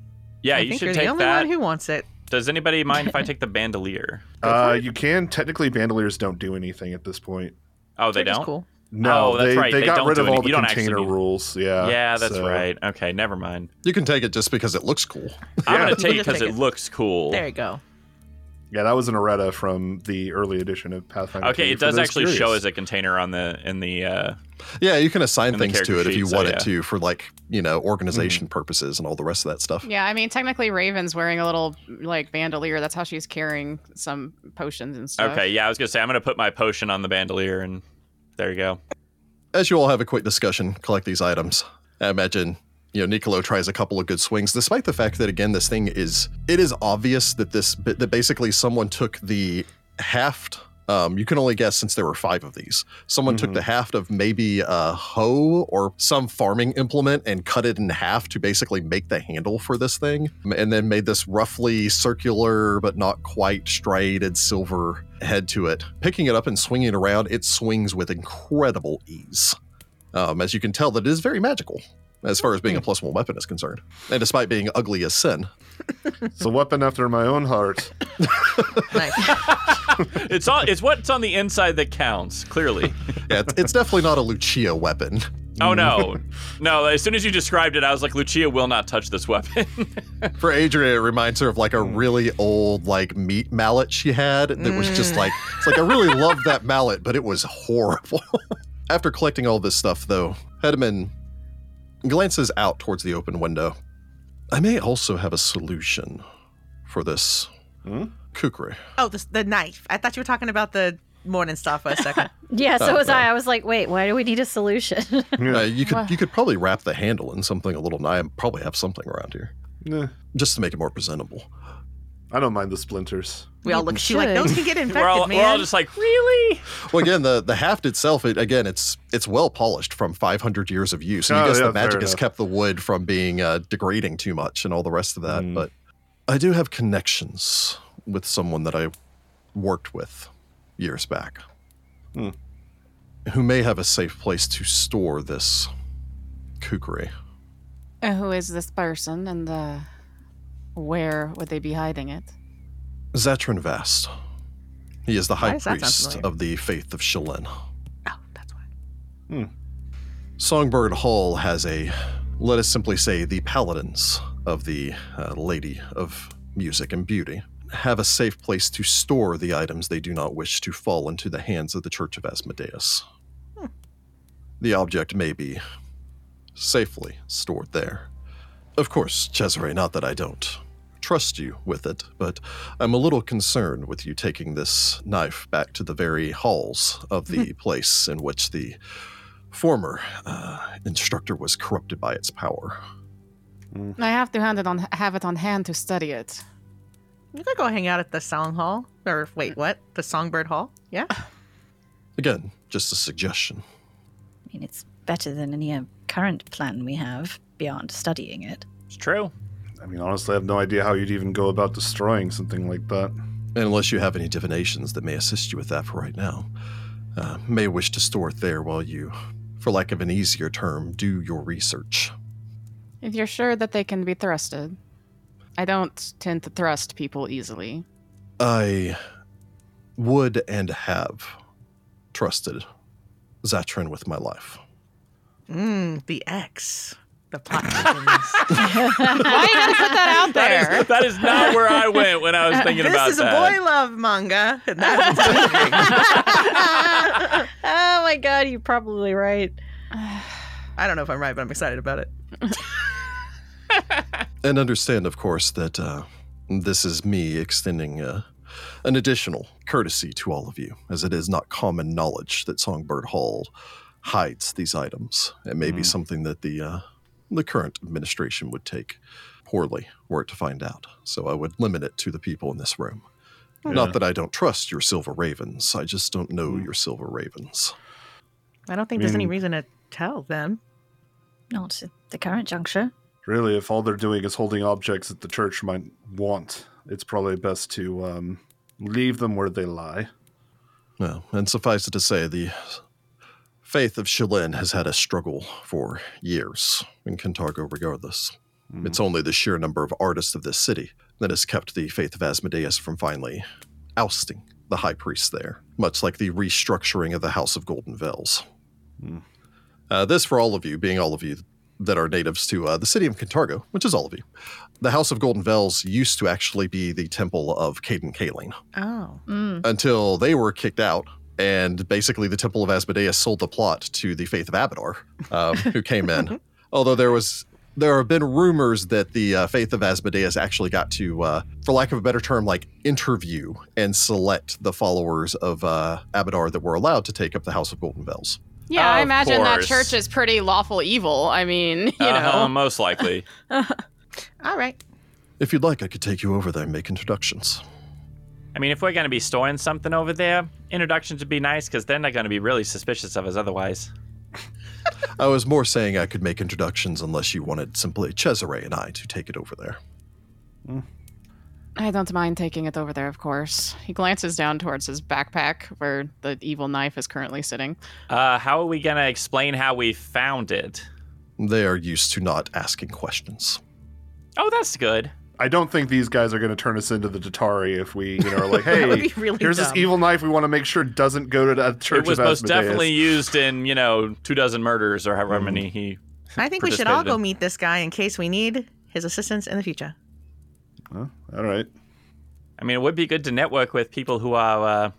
Speaker 2: Yeah,
Speaker 5: I
Speaker 2: you
Speaker 5: think
Speaker 2: should
Speaker 5: you're
Speaker 2: take
Speaker 5: the only
Speaker 2: that.
Speaker 5: one who wants it.
Speaker 2: Does anybody mind if I take the bandolier?
Speaker 4: Uh, you can technically bandoliers don't do anything at this point.
Speaker 2: Oh, they
Speaker 5: Which is
Speaker 2: don't.
Speaker 5: cool.
Speaker 4: No,
Speaker 2: Oh, that's
Speaker 4: they,
Speaker 2: right.
Speaker 4: they,
Speaker 2: They
Speaker 4: got
Speaker 2: don't
Speaker 4: rid
Speaker 2: do
Speaker 4: of all
Speaker 2: any-
Speaker 4: the
Speaker 2: you don't actually
Speaker 4: container
Speaker 2: do-
Speaker 4: rules. Yeah.
Speaker 2: Yeah, that's
Speaker 4: so-
Speaker 2: right. Okay, never mind.
Speaker 1: You can take it just because it looks cool.
Speaker 2: I'm
Speaker 4: Yeah.
Speaker 2: gonna take it
Speaker 5: Just
Speaker 2: because
Speaker 5: take
Speaker 2: it
Speaker 5: it.
Speaker 2: looks cool.
Speaker 5: There you go.
Speaker 4: Yeah, that was an Aretta from the early edition of Pathfinder.
Speaker 2: Okay,
Speaker 4: 2,
Speaker 2: it
Speaker 4: for
Speaker 2: does
Speaker 4: those
Speaker 2: actually
Speaker 4: curious.
Speaker 2: show as a container on the in the. uh
Speaker 1: Yeah, you can assign
Speaker 2: And the
Speaker 1: things to it
Speaker 2: character Mm-hmm.
Speaker 1: if you
Speaker 2: sheet, so
Speaker 1: wanted
Speaker 2: yeah.
Speaker 1: to for like, you know, organization purposes and all the rest of that stuff.
Speaker 3: Yeah, I mean, technically, Raven's wearing a little like bandolier. That's how she's carrying some potions and stuff.
Speaker 2: Okay, yeah, I was gonna say I'm gonna put my potion on the bandolier, and there you go.
Speaker 1: as you all have a quick discussion, collect these items. I imagine you know Niccolo tries a couple of good swings, despite the fact that again this thing is it is obvious that this that basically someone took the haft. Um, you can only guess since there were five of these. Someone took
Speaker 4: Mhm.
Speaker 1: the
Speaker 2: Mm-hmm.
Speaker 1: haft of maybe a hoe or some farming implement and cut it in half to basically make the handle for this thing, and then made this roughly circular but not quite striated silver head to it. Picking it up and swinging it around, it swings with incredible ease. Um, as you can tell, that it is very magical as far as being a plus one weapon is concerned. And despite being ugly as sin,
Speaker 4: It's a weapon after my own heart.
Speaker 5: Nice.
Speaker 2: it's all it's what's on the inside that counts. Clearly.
Speaker 1: yeah, it's, it's definitely not a Lucia weapon.
Speaker 2: Oh no, no! As soon as you described it, I was like, Lucia will not touch this weapon.
Speaker 1: For Adria, it reminds her of like a
Speaker 4: Hmm.
Speaker 1: really old like meat mallet she had that was just like it's like I
Speaker 4: Hmm.
Speaker 1: really loved that mallet, but it was horrible. After collecting all this stuff, though, Hedman glances out towards the open window. I may also have a solution for this
Speaker 4: Hmm?
Speaker 1: kukri.
Speaker 5: oh, the, the knife. I thought you were talking about the morning star for a second.
Speaker 6: Yeah, so
Speaker 1: Oh,
Speaker 6: was
Speaker 1: well.
Speaker 6: I. I was like, wait, why do we need a solution?
Speaker 1: Uh,
Speaker 4: Yeah.
Speaker 1: you could you could probably wrap the handle in something a little nice. Probably have something around here
Speaker 4: Eh,
Speaker 1: just to make it more presentable.
Speaker 4: I don't mind the splinters.
Speaker 5: We all
Speaker 6: You
Speaker 5: look at you like
Speaker 6: should.
Speaker 5: those can get infected,
Speaker 2: we're all
Speaker 5: man.
Speaker 2: we're all just like, really?
Speaker 1: Well, again, the the haft itself, it, again, it's it's well polished from 500 years of use, and
Speaker 4: Oh,
Speaker 1: you guess
Speaker 4: yeah,
Speaker 1: the magic
Speaker 4: fair
Speaker 1: has
Speaker 4: enough.
Speaker 1: kept the wood from being uh, degrading too much and all the rest of that.
Speaker 4: Mm.
Speaker 1: But I do have connections with someone that I worked with years back,
Speaker 4: Hmm.
Speaker 1: who may have a safe place to store this kukri.
Speaker 3: Uh, Who is this person and uh, where would they be hiding it?
Speaker 1: Zatran Vast. He is the
Speaker 5: Why
Speaker 1: high
Speaker 5: does that sound
Speaker 1: priest
Speaker 5: familiar?
Speaker 1: of the faith of Shilin.
Speaker 5: oh, that's why.
Speaker 1: Songbird Hall has a, let us simply say, the paladins of the uh, Lady of Music and Beauty have a safe place to store the items they do not wish to fall into the hands of the Church of Asmodeus.
Speaker 5: Hmm.
Speaker 1: The object may be safely stored there. Of course, Cesare, not that I don't trust you with it, but I'm a little concerned with you taking this knife back to the very halls of the place in which the former uh, instructor was corrupted by its power.
Speaker 3: I have to hand it on, have it on hand to study it.
Speaker 5: You could go hang out at the Song Hall. Or wait, what? The Songbird Hall? Yeah.
Speaker 1: Again, just a suggestion.
Speaker 6: I mean, it's better than any uh, current plan we have beyond studying it.
Speaker 2: It's true.
Speaker 4: I mean, honestly, I have no idea how you'd even go about destroying something like that.
Speaker 1: And unless you have any divinations that may assist you with that for right now, uh, may wish to store it there while you, for lack of an easier term, do your research.
Speaker 3: If you're sure that they can be thrusted. I don't tend to thrust people easily.
Speaker 1: I would and have trusted Zatrin with my life.
Speaker 5: Mmm, the X. the plot thickens.
Speaker 3: Why you gotta put that out
Speaker 2: That
Speaker 3: there?
Speaker 2: is, that is not where I went when I was thinking
Speaker 5: Uh, this
Speaker 2: about
Speaker 5: is
Speaker 2: that.
Speaker 5: a boy love manga. And that is
Speaker 6: oh my god, you're probably right.
Speaker 5: I don't know if I'm right, but I'm excited about it.
Speaker 1: And understand, of course, that uh, this is me extending uh, an additional courtesy to all of you, as it is not common knowledge that Songbird Hall hides these items. It may be
Speaker 2: Mhm.
Speaker 1: something that the uh, the current administration would take poorly were it to find out. So I would limit it to the people in this room. Not that I don't trust your silver ravens. I just don't know
Speaker 2: Mhm.
Speaker 1: your silver ravens.
Speaker 5: I don't think
Speaker 4: I
Speaker 5: there's any
Speaker 2: Mm.
Speaker 4: mean-
Speaker 5: reason to tell them.
Speaker 6: Not at the current juncture.
Speaker 4: Really, if all they're doing is holding objects that the church might want, it's probably best to um, leave them where they lie.
Speaker 1: No, and suffice it to say, the faith of Shilin has had a struggle for years in Cantargo, regardless.
Speaker 4: Mm.
Speaker 1: It's only the sheer number of artists of this city that has kept the faith of Asmodeus from finally ousting the high priest there, much like the restructuring of the House of Golden Vales.
Speaker 4: Hmm.
Speaker 1: Uh, this for all of you, being all of you that are natives to uh, the city of Cantargo, which is all of you. The House of Golden Vales used to actually be the temple of Caden Kaling
Speaker 5: Oh.
Speaker 6: Mm.
Speaker 1: until they were kicked out. And basically, the Temple of Asmodeus sold the plot to the Faith of Abadar, um, who came in. Although there was, there have been rumors that the uh, Faith of Asmodeus actually got to, uh, for lack of a better term, like interview and select the followers of uh, Abadar that were allowed to take up the House of Golden Bells.
Speaker 3: Yeah, I
Speaker 2: Of
Speaker 3: imagine that
Speaker 2: course.
Speaker 3: church is pretty lawful evil. I mean, you
Speaker 2: Uh-huh,
Speaker 3: know.
Speaker 2: most likely.
Speaker 5: All right.
Speaker 1: If you'd like, I could take you over there and make introductions.
Speaker 2: I mean, if we're going to be storing something over there, introductions would be nice because then they're going to be really suspicious of us otherwise.
Speaker 1: I was more saying I could make introductions unless you wanted simply Cesare and I to take it over there.
Speaker 3: I don't mind taking it over there, of course. He glances down towards his backpack where the evil knife is currently sitting.
Speaker 2: Uh, how are we going to explain how we found it?
Speaker 1: They are used to not asking questions.
Speaker 2: Oh, that's good.
Speaker 4: I don't think these guys are going to turn us into the Tatari if we, you know, are like,
Speaker 5: That would
Speaker 4: hey,
Speaker 5: be really
Speaker 4: here's
Speaker 5: dumb.
Speaker 4: this evil knife we want to make sure doesn't go to the church
Speaker 2: it was
Speaker 4: of
Speaker 2: most
Speaker 4: Asmodeus."
Speaker 2: definitely used in, you know, two dozen murders or however many he.
Speaker 5: I think we should all
Speaker 2: Participated
Speaker 5: go
Speaker 2: in.
Speaker 5: meet this guy in case we need his assistance in the future.
Speaker 4: Huh? all right.
Speaker 2: I mean, it would be good to network with people who are uh,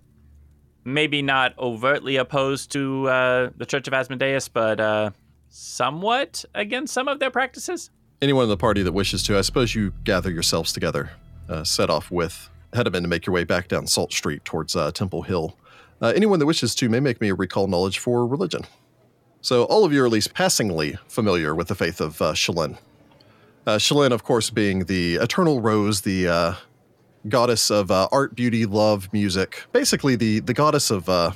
Speaker 2: maybe not overtly opposed to uh, the Church of Asmodeus, but uh, somewhat against some of their practices.
Speaker 1: anyone in the party that wishes to, I suppose you gather yourselves together, uh, set off with Hedeman to make your way back down Salt Street towards uh, Temple Hill. Uh, anyone that wishes to may make me a recall knowledge for religion. So all of you are at least passingly familiar with the faith of uh, Shalin. Uh, Shalin, of course, being the eternal rose, the uh, goddess of uh, art, beauty, love, music, basically the, the goddess of uh,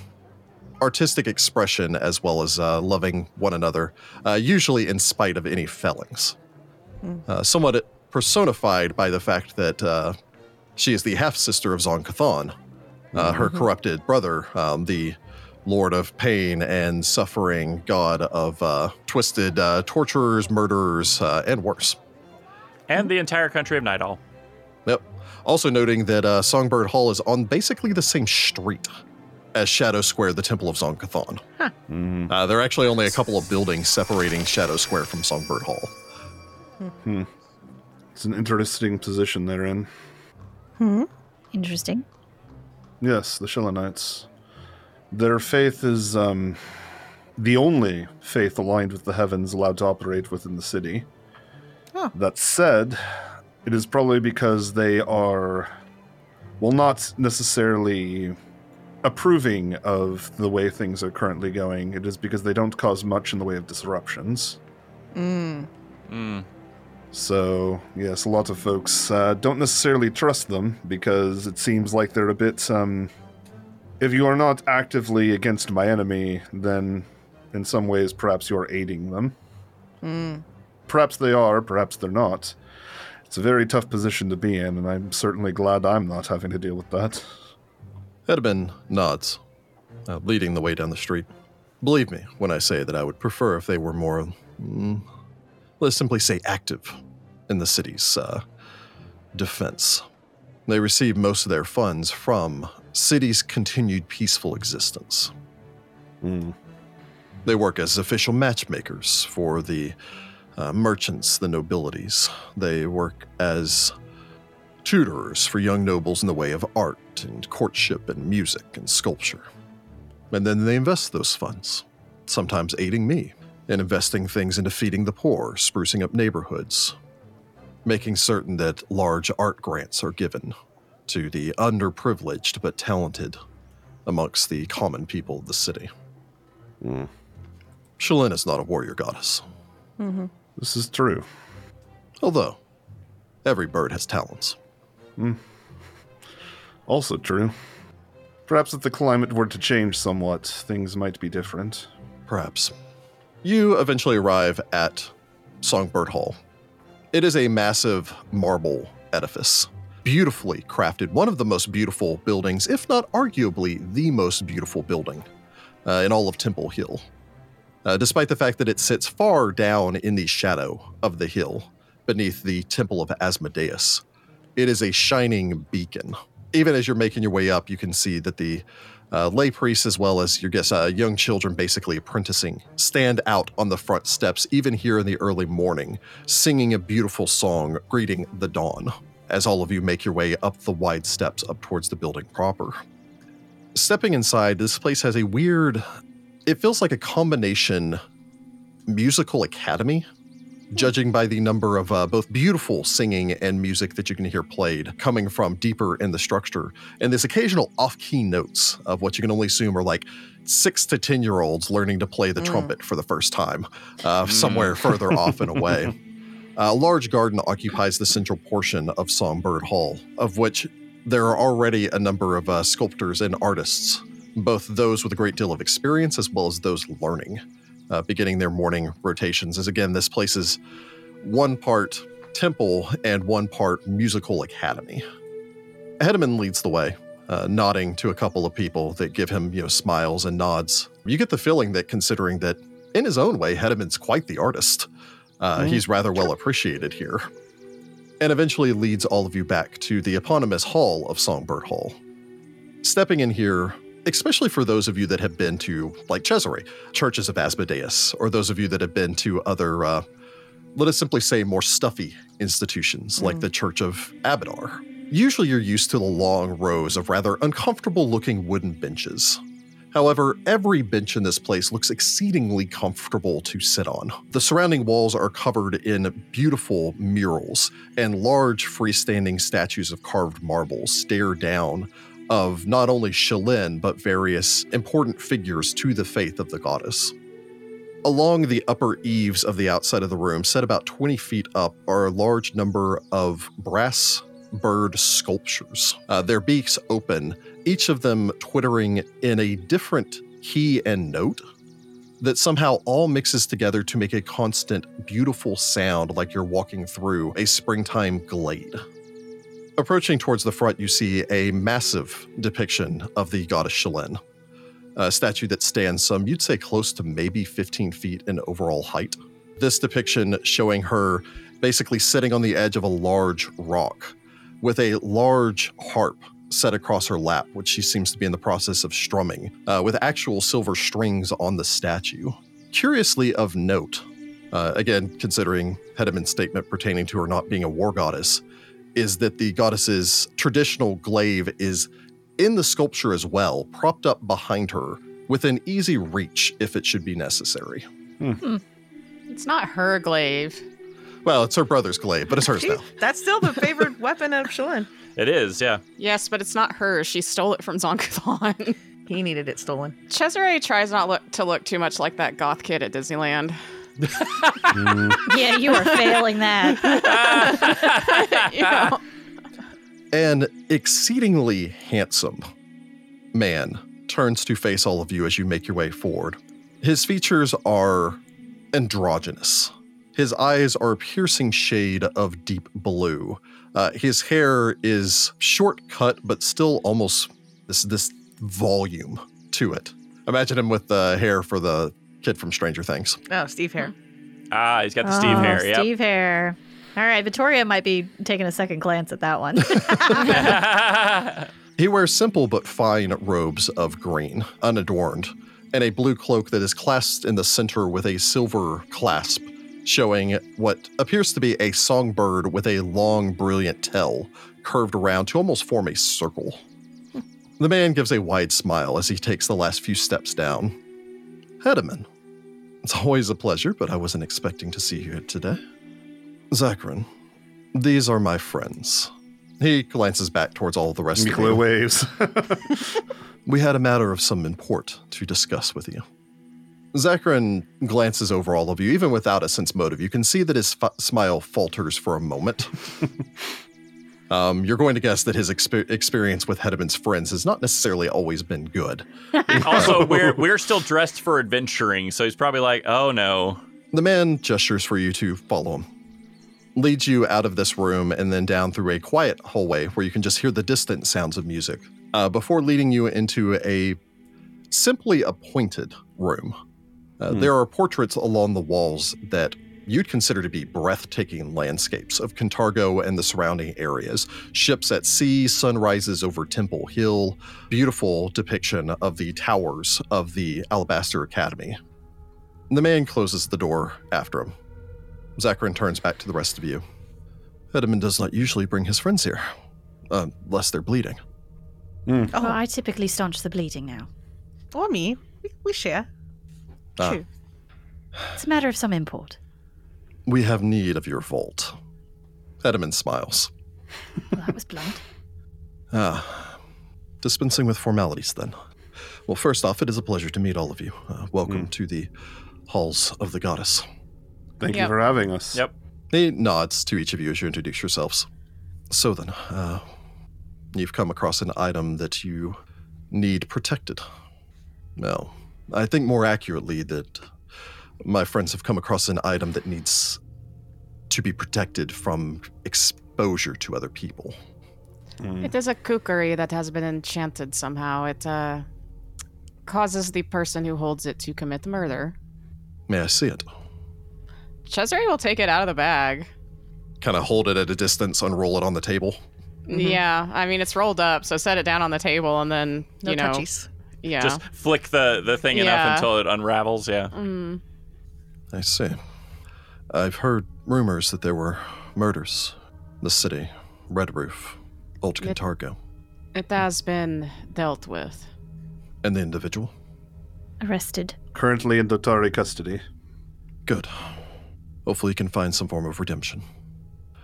Speaker 1: artistic expression as well as uh, loving one another, uh, usually in spite of any fellings uh, somewhat personified by the fact that uh, she is the half sister of Zon Kathan, uh, her corrupted brother, um, the Lord of Pain and Suffering, God of uh, twisted uh, torturers, murderers, uh, and worse.
Speaker 5: Mm-hmm.
Speaker 2: And the entire country of Night Owl.
Speaker 1: Yep. Also noting that uh, Songbird Hall is on basically the same street as Shadow Square, the Temple of Zonkathon. Uh, there are actually only a couple of buildings separating Shadow Square from Songbird Hall.
Speaker 4: It's an interesting position they're in.
Speaker 6: Interesting.
Speaker 4: Yes, the Shillonites. Their faith is um, the only faith aligned with the heavens allowed to operate within the city.
Speaker 5: Oh.
Speaker 4: That said, it is probably because they are, well, not necessarily approving of the way things are currently going. It is because they don't cause much in the way of disruptions.
Speaker 5: Mm.
Speaker 2: Mm.
Speaker 4: So, yes, a lot of folks uh, don't necessarily trust them because it seems like they're a bit. Um, if you are not actively against my enemy, then in some ways perhaps you're aiding them.
Speaker 5: Mm.
Speaker 4: Perhaps they are, perhaps they're not. It's a very tough position to be in, and I'm certainly glad I'm not having to deal with that.
Speaker 1: Edmund nods, uh, leading the way down the street. Believe me when I say that I would prefer if they were more, mm, let's simply say, active in the city's uh, defense. They receive most of their funds from city's continued peaceful existence. They work as official matchmakers for the uh, merchants, the nobilities. They work as tutors for young nobles in the way of art and courtship and music and sculpture. And then they invest those funds, sometimes aiding me in investing things into feeding the poor, sprucing up neighborhoods, making certain that large art grants are given to the underprivileged but talented amongst the common people of the city.
Speaker 7: Mm.
Speaker 1: Shalin is not a warrior goddess,
Speaker 4: This is true.
Speaker 1: although every bird has talons.
Speaker 4: Also true. Perhaps if the climate were to change somewhat, things might be different.
Speaker 1: Perhaps. You eventually arrive at Songbird Hall. It is a massive marble edifice, beautifully crafted, one of the most beautiful buildings, if not arguably the most beautiful building uh, in all of Temple Hill. Uh, despite the fact that it sits far down in the shadow of the hill beneath the Temple of Asmodeus, it is a shining beacon. Even as you're making your way up, you can see that the uh, lay priests as well as your guess uh, young children basically apprenticing stand out on the front steps even here in the early morning singing a beautiful song greeting the dawn as all of you make your way up the wide steps up towards the building proper stepping inside this place has a weird it feels like a combination musical academy judging by the number of uh, both beautiful singing and music that you can hear played coming from deeper in the structure and there's occasional off-key notes of what you can only assume are like six to ten year olds learning to play the trumpet for the first time uh, somewhere further off and away a large garden occupies the central portion of songbird hall of which there are already a number of uh, sculptors and artists both those with a great deal of experience as well as those learning uh, beginning their morning rotations as again this place is one part temple and one part musical academy Hedeman leads the way, uh, nodding to a couple of people that give him, you know, smiles and nods. You get the feeling that, considering that in his own way, Hedeman's quite the artist, uh, he's rather well appreciated here. And eventually leads all of you back to the eponymous hall of Songbird Hall. Stepping in here, especially for those of you that have been to, like Cesare, churches of Asmodeus, or those of you that have been to other, uh, let us simply say, more stuffy institutions like the Church of Abadar Usually, you're used to the long rows of rather uncomfortable looking wooden benches. However, every bench in this place looks exceedingly comfortable to sit on. The surrounding walls are covered in beautiful murals, and large freestanding statues of carved marble stare down of not only Shalin, but various important figures to the faith of the goddess. Along the upper eaves of the outside of the room, set about 20 feet up, are a large number of brass bird sculptures, uh, their beaks open, each of them twittering in a different key and note that somehow all mixes together to make a constant, beautiful sound like you're walking through a springtime glade. Approaching towards the front, you see a massive depiction of the goddess Shalin, a statue that stands some, you'd say, close to maybe 15 feet in overall height. This depiction showing her basically sitting on the edge of a large rock with a large harp set across her lap, which she seems to be in the process of strumming, uh, with actual silver strings on the statue. Curiously of note, uh, again, considering Hedeman's statement pertaining to her not being a war goddess, is that the goddess's traditional glaive is in the sculpture as well, propped up behind her within easy reach if it should be necessary.
Speaker 3: It's not her glaive.
Speaker 1: Well, it's her brother's glaive, but it's hers
Speaker 5: She-
Speaker 1: now.
Speaker 5: That's still the favorite weapon of Shalin.
Speaker 2: It is, yeah.
Speaker 3: Yes, but it's not hers. She stole it from Zonkathon.
Speaker 5: He needed it stolen.
Speaker 3: Cesare tries not look, to look too much like that goth kid at Disneyland.
Speaker 6: yeah, you are failing that.
Speaker 3: You know?
Speaker 1: An exceedingly handsome man turns to face all of you as you make your way forward. His features are androgynous. His eyes are a piercing shade of deep blue. Uh, his hair is short cut, but still almost this this volume to it. Imagine him with the hair for the kid from Stranger Things.
Speaker 5: Oh, Steve Hare.
Speaker 2: Ah, he's got the Steve hair. Yeah.
Speaker 6: Steve hair. All right, Victoria might be taking a second glance at that one.
Speaker 1: He wears simple but fine robes of green, unadorned, and a blue cloak that is clasped in the center with a silver clasp, showing what appears to be a songbird with a long, brilliant tail curved around to almost form a circle. The man gives a wide smile as he takes the last few steps down. Hedeman, it's always a pleasure, but I wasn't expecting to see you here today. Zacharin, these are my friends. He glances back towards all the rest of
Speaker 4: Miklo
Speaker 1: you.
Speaker 4: waves.
Speaker 1: We had a matter of some import to discuss with you. Zacharin glances over all of you, even without a sense motive. You can see that his f- smile falters for a moment. um, you're going to guess that his expe- experience with Hedeman's friends has not necessarily always been good.
Speaker 2: Also, we're we're still dressed for adventuring, so he's probably like, "Oh no."
Speaker 1: The man gestures for you to follow him, leads you out of this room and then down through a quiet hallway where you can just hear the distant sounds of music uh, before leading you into a simply appointed room. Uh,
Speaker 2: Hmm.
Speaker 1: There are portraits along the walls that you'd consider to be breathtaking landscapes of Cantargo and the surrounding areas. Ships at sea, sunrises over Temple Hill, beautiful depiction of the towers of the Alabaster Academy. The man closes the door after him. Zacharin turns back to the rest of you. Edelman does not usually bring his friends here, uh, unless they're bleeding.
Speaker 5: Oh,
Speaker 6: Well, I typically staunch the bleeding now.
Speaker 5: or me. We, we share.
Speaker 1: Ah.
Speaker 5: True.
Speaker 6: It's a matter of some import.
Speaker 1: We have need of your vault. Edelman smiles.
Speaker 6: Well, that was blunt.
Speaker 1: Ah, dispensing with formalities then. Well, first off, it is a pleasure to meet all of you. Uh, welcome to the halls of the goddess.
Speaker 4: Thank you
Speaker 3: Yep.
Speaker 4: for having us.
Speaker 2: Yep.
Speaker 1: He nods to each of you as you introduce yourselves. So then, uh, you've come across an item that you need protected. Well, I think more accurately that my friends have come across an item that needs to be protected from exposure to other people.
Speaker 5: Hmm.
Speaker 3: It is a kukri that has been enchanted somehow. It uh, causes the person who holds it to commit murder.
Speaker 1: May I see it?
Speaker 3: Cesare will take it out of the bag.
Speaker 1: Kind of hold it at a distance, unroll it on the table.
Speaker 5: Mm-hmm.
Speaker 3: Yeah, I mean it's rolled up, so set it down on the table and then
Speaker 5: No
Speaker 3: you know,
Speaker 5: touchies.
Speaker 3: yeah.
Speaker 2: Just flick the the thing
Speaker 3: Yeah.
Speaker 2: enough until it unravels. Yeah.
Speaker 3: Mm.
Speaker 1: I see. I've heard rumors that there were murders. in The city, Red Roof, Old
Speaker 3: Yep.
Speaker 1: Cantargo,
Speaker 3: It has been dealt with.
Speaker 1: and the individual.
Speaker 6: Arrested.
Speaker 4: Currently in Dotari custody.
Speaker 1: Good. Hopefully, you can find some form of redemption.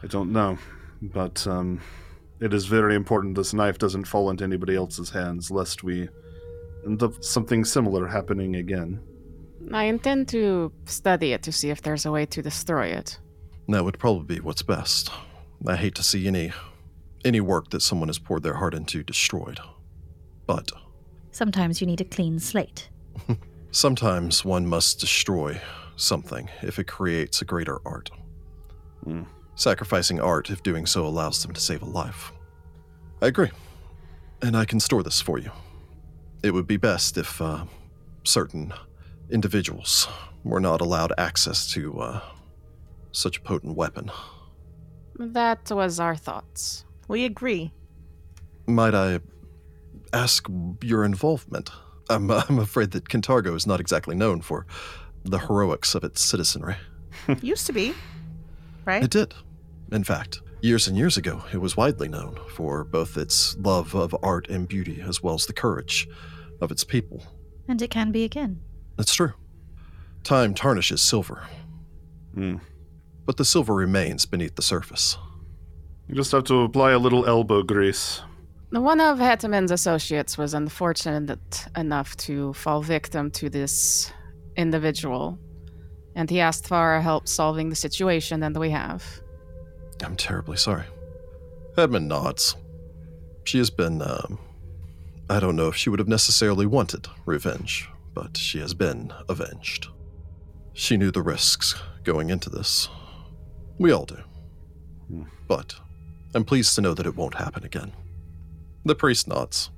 Speaker 4: I don't know, but um, it is very important this knife doesn't fall into anybody else's hands, lest we end up something similar happening again.
Speaker 3: I intend to study it to see if there's a way to destroy it.
Speaker 1: That would probably be what's best. I hate to see any any work that someone has poured their heart into destroyed. But
Speaker 6: Sometimes you need a clean slate.
Speaker 1: sometimes one must destroy something if it creates a greater art.
Speaker 4: Hmm.
Speaker 1: Sacrificing art if doing so allows them to save a life. I agree. And I can store this for you. It would be best if uh, certain individuals were not allowed access to uh, such a potent weapon.
Speaker 3: That was our thoughts.
Speaker 5: We agree.
Speaker 1: Might I ask your involvement? I'm, I'm afraid that Cantargo is not exactly known for the heroics of its citizenry.
Speaker 5: Used to be, right?
Speaker 1: It did. In fact, years and years ago, it was widely known for both its love of art and beauty as well as the courage of its people.
Speaker 6: And it can be again.
Speaker 1: It's true. Time tarnishes silver,
Speaker 4: Hmm.
Speaker 1: but the silver remains beneath the surface.
Speaker 4: You just have to apply a little elbow grease.
Speaker 3: One of Hetman's associates was unfortunate enough to fall victim to this individual, and he asked for our help solving the situation, and we have.
Speaker 1: I'm terribly sorry. Edmund nods. She has been, um, I don't know if she would have necessarily wanted revenge, but she has been avenged. She knew the risks going into this. We all do.
Speaker 4: Hmm.
Speaker 1: But I'm pleased to know that it won't happen again. The priest nods.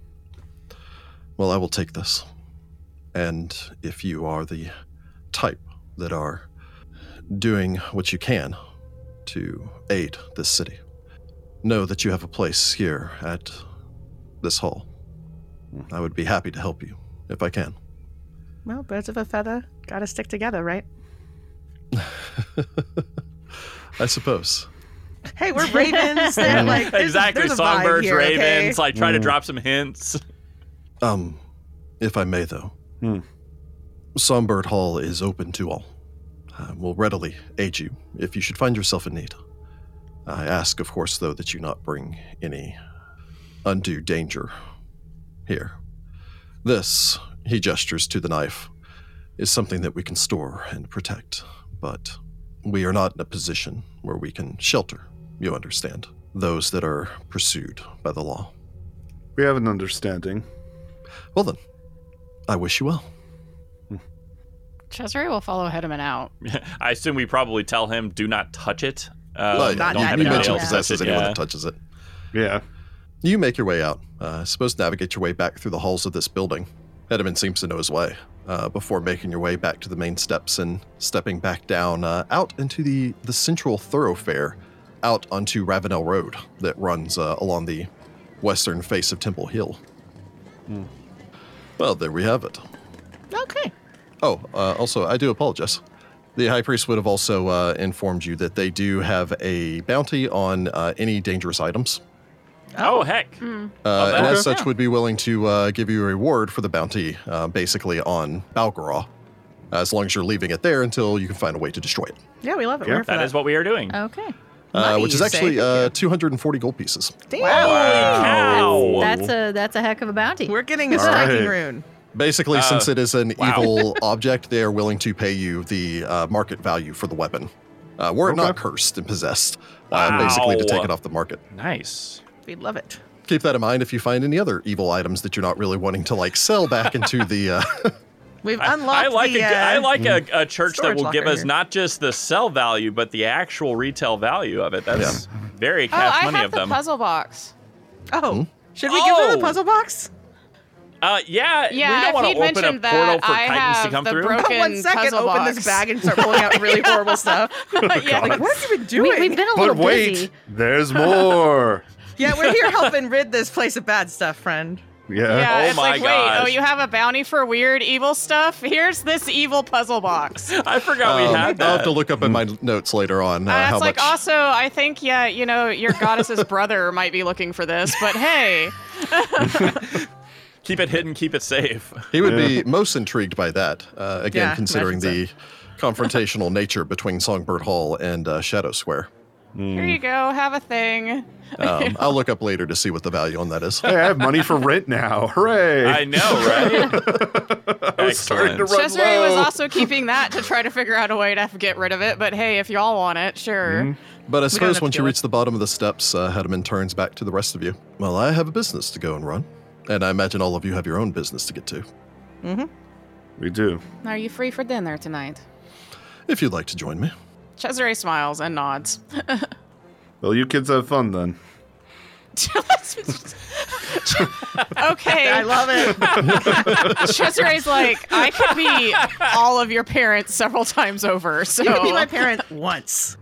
Speaker 1: Well, I will take this. And if you are the type that are doing what you can to aid this city. Know that you have a place here at this hall. I would be happy to help you if I can.
Speaker 5: Well, birds of a feather gotta stick together, right?
Speaker 1: I suppose.
Speaker 5: Hey, we're ravens. They're like there's,
Speaker 2: exactly.
Speaker 5: There's a vibe
Speaker 2: Songbirds,
Speaker 5: here, okay? Mm.
Speaker 2: ravens, like try to drop some hints.
Speaker 1: Um, if I may, though,
Speaker 4: Hmm.
Speaker 1: Songbird Hall is open to all. I will readily aid you if you should find yourself in need. I ask, of course, though, that you not bring any undue danger here. This, he gestures to the knife, is something that we can store and protect, but we are not in a position where we can shelter, you understand, those that are pursued by the law.
Speaker 4: We have an understanding.
Speaker 1: Well, then, I wish you well.
Speaker 3: Cesare will follow Hedeman out.
Speaker 2: I assume we probably tell him do not touch it. Uh,
Speaker 1: Well,
Speaker 5: Um, not
Speaker 1: you,
Speaker 5: that
Speaker 1: you
Speaker 5: bad.
Speaker 1: mentioned
Speaker 5: Yeah.
Speaker 1: possesses anyone
Speaker 2: yeah.
Speaker 1: that touches it.
Speaker 4: Yeah.
Speaker 1: You make your way out. Uh, I suppose navigate your way back through the halls of this building. Edelman seems to know his way. Uh, before making your way back to the main steps and stepping back down uh, out into the, the central thoroughfare, out onto Ravenel Road that runs uh, along the western face of Temple Hill.
Speaker 5: Hmm.
Speaker 1: Well, there we have it.
Speaker 5: Okay.
Speaker 1: Oh, uh, also, I do apologize. The high priest would have also uh, informed you that they do have a bounty on uh, any dangerous items,
Speaker 2: Oh heck!
Speaker 3: Mm.
Speaker 1: uh,
Speaker 2: Oh,
Speaker 1: and
Speaker 2: okay.
Speaker 1: as such would be willing to uh, give you a reward for the bounty, uh, basically on Balgaraw, as long as you're leaving it there until you can find a way to destroy it,
Speaker 5: Yeah, we love it.
Speaker 4: Yeah.
Speaker 5: We're for
Speaker 2: That is what we are doing.
Speaker 3: Oh.
Speaker 6: Okay.
Speaker 1: uh,
Speaker 5: Money,
Speaker 1: which is
Speaker 5: you say?
Speaker 1: actually
Speaker 5: Thank
Speaker 1: uh, 240 gold pieces.
Speaker 5: Damn.
Speaker 2: Wow.
Speaker 6: That's a that's a heck of a bounty.
Speaker 5: We're getting a
Speaker 4: All
Speaker 5: striking
Speaker 4: right.
Speaker 5: rune.
Speaker 1: Basically,
Speaker 2: Uh,
Speaker 1: since it is an
Speaker 2: wow.
Speaker 1: evil object, they are willing to pay you the uh, market value for the weapon. Uh, were it not
Speaker 4: Okay.
Speaker 1: cursed and possessed, uh, basically to
Speaker 2: Wow.
Speaker 1: take it off the market.
Speaker 2: nice.
Speaker 5: We love it.
Speaker 1: keep that in mind if you find any other evil items that you're not really wanting to like sell back into the uh,
Speaker 5: We've
Speaker 2: I-
Speaker 5: unlocked
Speaker 2: I like
Speaker 5: the.
Speaker 2: a, g- I
Speaker 5: uh,
Speaker 2: like a, a church that
Speaker 5: storage
Speaker 2: will give
Speaker 5: locker
Speaker 2: us
Speaker 5: here.
Speaker 2: not just the sell value but the actual retail value of it. That's very
Speaker 3: Oh,
Speaker 2: cash
Speaker 3: I
Speaker 2: money
Speaker 3: have
Speaker 2: of
Speaker 3: the
Speaker 2: them.
Speaker 3: puzzle box.
Speaker 5: Oh, should we give them
Speaker 2: Oh.
Speaker 5: the puzzle box?
Speaker 2: uh, yeah,
Speaker 3: Yeah,
Speaker 2: we don't
Speaker 3: if
Speaker 2: want
Speaker 3: he'd
Speaker 2: to open a
Speaker 3: mentioned that,
Speaker 2: portal for
Speaker 3: I
Speaker 2: titans to
Speaker 3: have
Speaker 2: come
Speaker 3: the
Speaker 2: through.
Speaker 3: broken- Fucking
Speaker 5: One second,
Speaker 3: puzzle
Speaker 5: open
Speaker 3: box. Oh
Speaker 5: this bag and start pulling out really horrible stuff.
Speaker 3: yeah,
Speaker 5: Like, what have you been
Speaker 6: we,
Speaker 5: doing?
Speaker 6: have been a little
Speaker 4: But wait,
Speaker 6: busy.
Speaker 4: there's more.
Speaker 5: yeah, we're here helping rid this place of bad stuff, friend.
Speaker 4: Yeah.
Speaker 3: yeah,
Speaker 2: Oh
Speaker 3: it's
Speaker 2: my
Speaker 3: like,
Speaker 2: gosh.
Speaker 3: wait, oh, you have a bounty for weird evil stuff? Here's this evil puzzle box. Uh,
Speaker 2: I forgot
Speaker 1: um,
Speaker 2: we had
Speaker 1: i'll have
Speaker 2: that.
Speaker 1: to look up in my
Speaker 5: Mm.
Speaker 1: notes later on uh, how
Speaker 3: it's like,
Speaker 1: much
Speaker 3: also, I think, yeah, you know, your goddess's brother might be looking for this, but hey,
Speaker 2: keep it hidden, keep it safe.
Speaker 1: he would be most intrigued by that uh, again
Speaker 5: Yeah,
Speaker 1: considering the
Speaker 5: imagine
Speaker 1: confrontational nature between songbird hall and uh, shadow square
Speaker 2: Hmm.
Speaker 3: here you go, have a thing.
Speaker 1: um, i'll look up later to see what the value on that is
Speaker 4: Oh, Hey, I have money for rent now. Hooray.
Speaker 2: I know, right?
Speaker 4: I was starting to
Speaker 2: Excellent.
Speaker 4: run
Speaker 3: Cesare was
Speaker 4: low.
Speaker 3: also keeping that to try to figure out a way to get rid of it, but hey, if y'all want it, sure.
Speaker 1: but i
Speaker 5: have
Speaker 1: suppose
Speaker 5: to
Speaker 1: once you
Speaker 5: deal
Speaker 1: reach the bottom of the steps uh, Hedeman turns back to the rest of you well i have a business to go and run and i imagine all of you have your own business to get to
Speaker 4: We do.
Speaker 3: Are you free for dinner tonight?
Speaker 1: if you'd like to join me
Speaker 3: Cesare smiles and nods.
Speaker 4: Well, you kids have fun then.
Speaker 5: I
Speaker 3: okay,
Speaker 5: love it.
Speaker 3: Cesare's like, I could be all of your parents several times over, so
Speaker 5: You could be my parent once.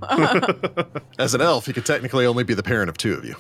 Speaker 1: as an elf he could technically only be the parent of two of you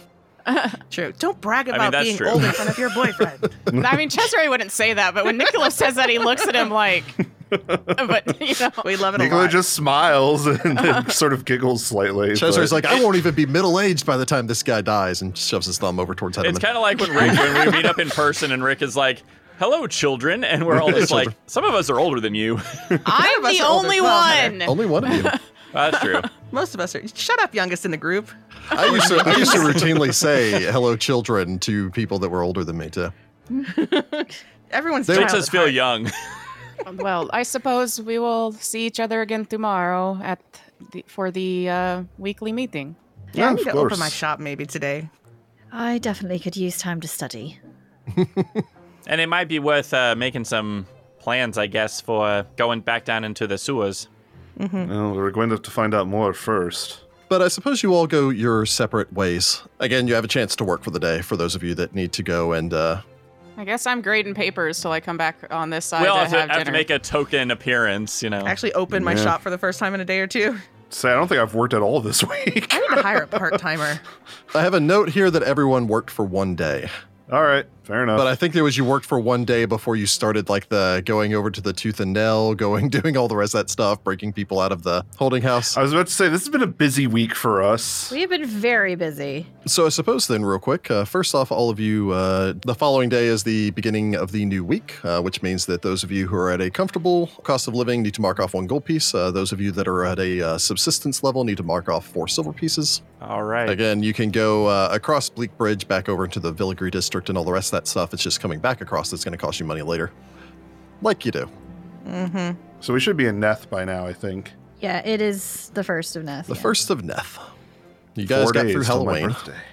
Speaker 5: True. Don't brag
Speaker 2: mean,
Speaker 5: about
Speaker 2: that's
Speaker 5: being
Speaker 2: true.
Speaker 5: old in front of your boyfriend.
Speaker 3: I mean, Cesare wouldn't say that, but when Nicola says that, he looks at him like, but you know,
Speaker 5: We love it a
Speaker 4: Nicola
Speaker 5: lot.
Speaker 4: just smiles and then sort of giggles slightly.
Speaker 1: Chester's
Speaker 4: but-
Speaker 1: like, I won't even be middle aged by the time this guy dies, and shoves his thumb over towards
Speaker 2: It's
Speaker 1: Hedeman.
Speaker 2: kind of like when Rick, when we meet up in person, and Rick is like, "Hello, children," and we're all just like, "Some of us are older than you."
Speaker 3: I'm
Speaker 5: us
Speaker 3: the
Speaker 5: are older.
Speaker 3: only
Speaker 5: Well, Heather.
Speaker 3: one.
Speaker 1: Only one of you.
Speaker 2: That's true.
Speaker 5: Most of us are. Shut up, youngest in the group.
Speaker 1: I used to, I used to routinely say "hello, children" to people that were older than me too.
Speaker 5: Everyone's
Speaker 1: They
Speaker 5: child
Speaker 2: Makes us
Speaker 5: at
Speaker 2: feel
Speaker 5: heart.
Speaker 2: young.
Speaker 3: Well, I suppose we will see each other again tomorrow at the, for the uh, weekly meeting.
Speaker 5: Yeah,
Speaker 4: Yeah,
Speaker 5: I need
Speaker 4: of
Speaker 5: to
Speaker 4: course.
Speaker 5: open my shop maybe today.
Speaker 6: I definitely could use time to study.
Speaker 2: And it might be worth uh, making some plans, I guess, for going back down into the sewers.
Speaker 4: Well, we're going to have to find out more first.
Speaker 1: But I suppose you all go your separate ways. Again, you have a chance to work for the day for those of you that need to go and uh,
Speaker 3: I guess I'm grading papers till I come back on this side
Speaker 2: we all
Speaker 3: to
Speaker 2: have to,
Speaker 3: have
Speaker 2: have to
Speaker 3: dinner.
Speaker 2: make a token appearance, you know.
Speaker 5: Actually, open my
Speaker 4: Yeah.
Speaker 5: shop for the first time in a day or two.
Speaker 4: Say, I don't think I've worked at all this week.
Speaker 5: I need to hire a part timer.
Speaker 1: I have a note here that everyone worked for one day.
Speaker 4: All right, fair enough.
Speaker 1: But I think there was you worked for one day before you started like the going over to the tooth and nail, going doing all the rest of that stuff, breaking people out of the holding house.
Speaker 4: I was about to say this has been a busy week for us.
Speaker 6: We have been very busy.
Speaker 1: So I suppose then, real quick, uh, first off, all of you, uh, the following day is the beginning of the new week, uh, which means that those of you who are at a comfortable cost of living need to mark off one gold piece. Uh, those of you that are at a uh, subsistence level need to mark off four silver pieces.
Speaker 2: All right.
Speaker 1: Again, you can go uh, across Bleak Bridge back over into the Villigry District and all the rest of that stuff. It's just coming back across that's going to cost you money later, like you do.
Speaker 5: Mm-hmm.
Speaker 4: So we should be in Neth by now, I think.
Speaker 6: Yeah, it is the first of Neth.
Speaker 1: The
Speaker 6: yeah.
Speaker 1: first of Neth. You guys
Speaker 4: Four
Speaker 1: got
Speaker 4: days
Speaker 1: through
Speaker 4: till my
Speaker 1: Halloween.
Speaker 4: birthday.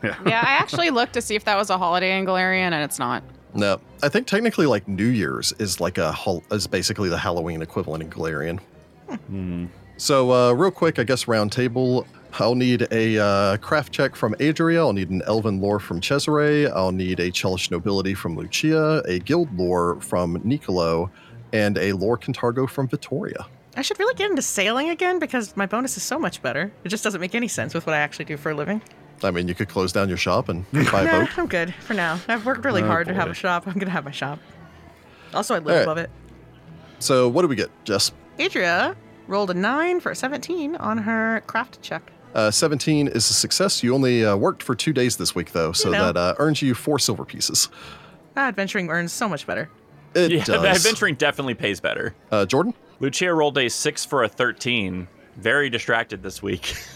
Speaker 3: Yeah, I actually looked to see if that was a holiday in Galarian, and it's not.
Speaker 1: No, I think technically like New Year's is like a hol- is basically the Halloween equivalent in Galarian.
Speaker 4: Hmm.
Speaker 1: So uh, real quick, I guess round table. I'll need a uh, craft check from Adria. I'll need an Elven lore from Cesare. I'll need a Chelish nobility from Lucia, a guild lore from Nicolo, and a lore Cantargo from Vittoria.
Speaker 5: I should really get into sailing again because my bonus is so much better. It just doesn't make any sense with what I actually do for a living.
Speaker 1: I mean, you could close down your shop and buy a
Speaker 5: no,
Speaker 1: boat.
Speaker 5: I'm good for now. I've worked really
Speaker 4: Oh,
Speaker 5: hard to have
Speaker 4: boy.
Speaker 5: a shop. I'm gonna have my shop. Also, I live
Speaker 1: Alright.
Speaker 5: above it.
Speaker 1: So what do we get, Jess?
Speaker 5: Adria rolled a nine for a 17 on her craft check.
Speaker 1: Uh, 17 is a success. You only uh, worked for two days this week, though, so
Speaker 5: know.
Speaker 1: that uh, earns you four silver pieces.
Speaker 5: Ah, adventuring earns so much better.
Speaker 1: It
Speaker 2: yeah,
Speaker 1: does.
Speaker 2: adventuring definitely pays better.
Speaker 1: Uh, Jordan?
Speaker 2: Lucia rolled a six for a thirteen. Very distracted this week.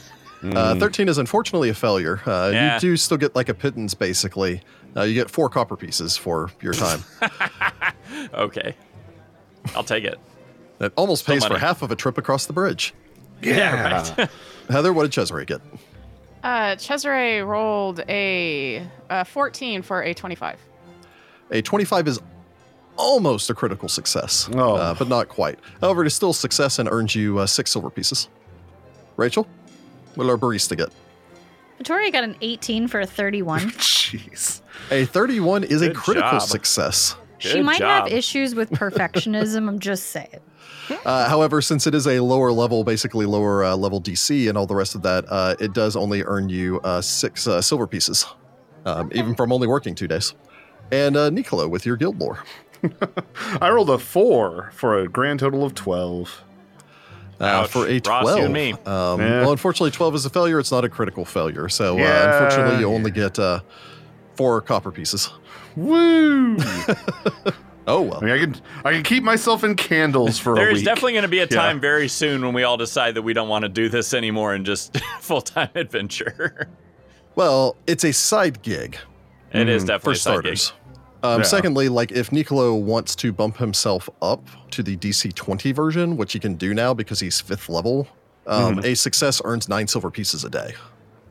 Speaker 4: Hmm.
Speaker 1: Uh, 13 is unfortunately a failure. Uh,
Speaker 2: Yeah.
Speaker 1: You do still get like a pittance, basically. Uh, you get four copper pieces for your time.
Speaker 2: okay, I'll take it.
Speaker 1: that almost pays for
Speaker 2: money.
Speaker 1: half of a trip across the bridge.
Speaker 4: Yeah.
Speaker 1: Heather, what did Cesare get?
Speaker 3: Uh, Cesare rolled a, uh 14 for a 25.
Speaker 1: A 25 is almost a critical success,
Speaker 4: Oh.
Speaker 1: uh, but not quite. However, it is still a success and earns you uh, six silver pieces. Rachel, what did our barista get?
Speaker 6: Victoria got an 18 for a 31.
Speaker 4: Jeez.
Speaker 1: A 31 is a
Speaker 2: Good
Speaker 1: critical
Speaker 2: job.
Speaker 1: success.
Speaker 6: she
Speaker 2: Good
Speaker 6: might
Speaker 2: job.
Speaker 6: have issues with perfectionism. I'm just saying.
Speaker 1: Uh, however, since it is a lower level, basically lower uh, level DC and all the rest of that, uh, it does only earn you uh, six uh, silver pieces, um, even from only working two days. And uh, Niccolo with your guild lore.
Speaker 4: I rolled a four for a grand total of 12.
Speaker 1: Uh,
Speaker 2: Ouch.
Speaker 1: for a 12.
Speaker 2: Ross, you and me.
Speaker 1: Um,
Speaker 4: Yeah.
Speaker 1: Well, unfortunately, 12 is a failure. It's not a critical failure. So uh,
Speaker 4: Yeah.
Speaker 1: unfortunately, you only get uh, four copper pieces.
Speaker 4: Woo! I
Speaker 1: Oh, well.
Speaker 4: mean, I can I can keep myself in candles for a
Speaker 2: There
Speaker 4: week.
Speaker 2: is definitely going to be a
Speaker 4: Yeah.
Speaker 2: time very soon when we all decide that we don't want to do this anymore and just full time adventure.
Speaker 1: Well, it's a side gig.
Speaker 2: It is
Speaker 4: Mm,
Speaker 2: definitely
Speaker 1: for
Speaker 2: a side gig.
Speaker 1: starters. Um,
Speaker 4: Yeah.
Speaker 1: Secondly, like if Nicolo wants to bump himself up to the DC 20 version, which he can do now because he's fifth level, um,
Speaker 2: Mm-hmm.
Speaker 1: a success earns nine silver pieces a day.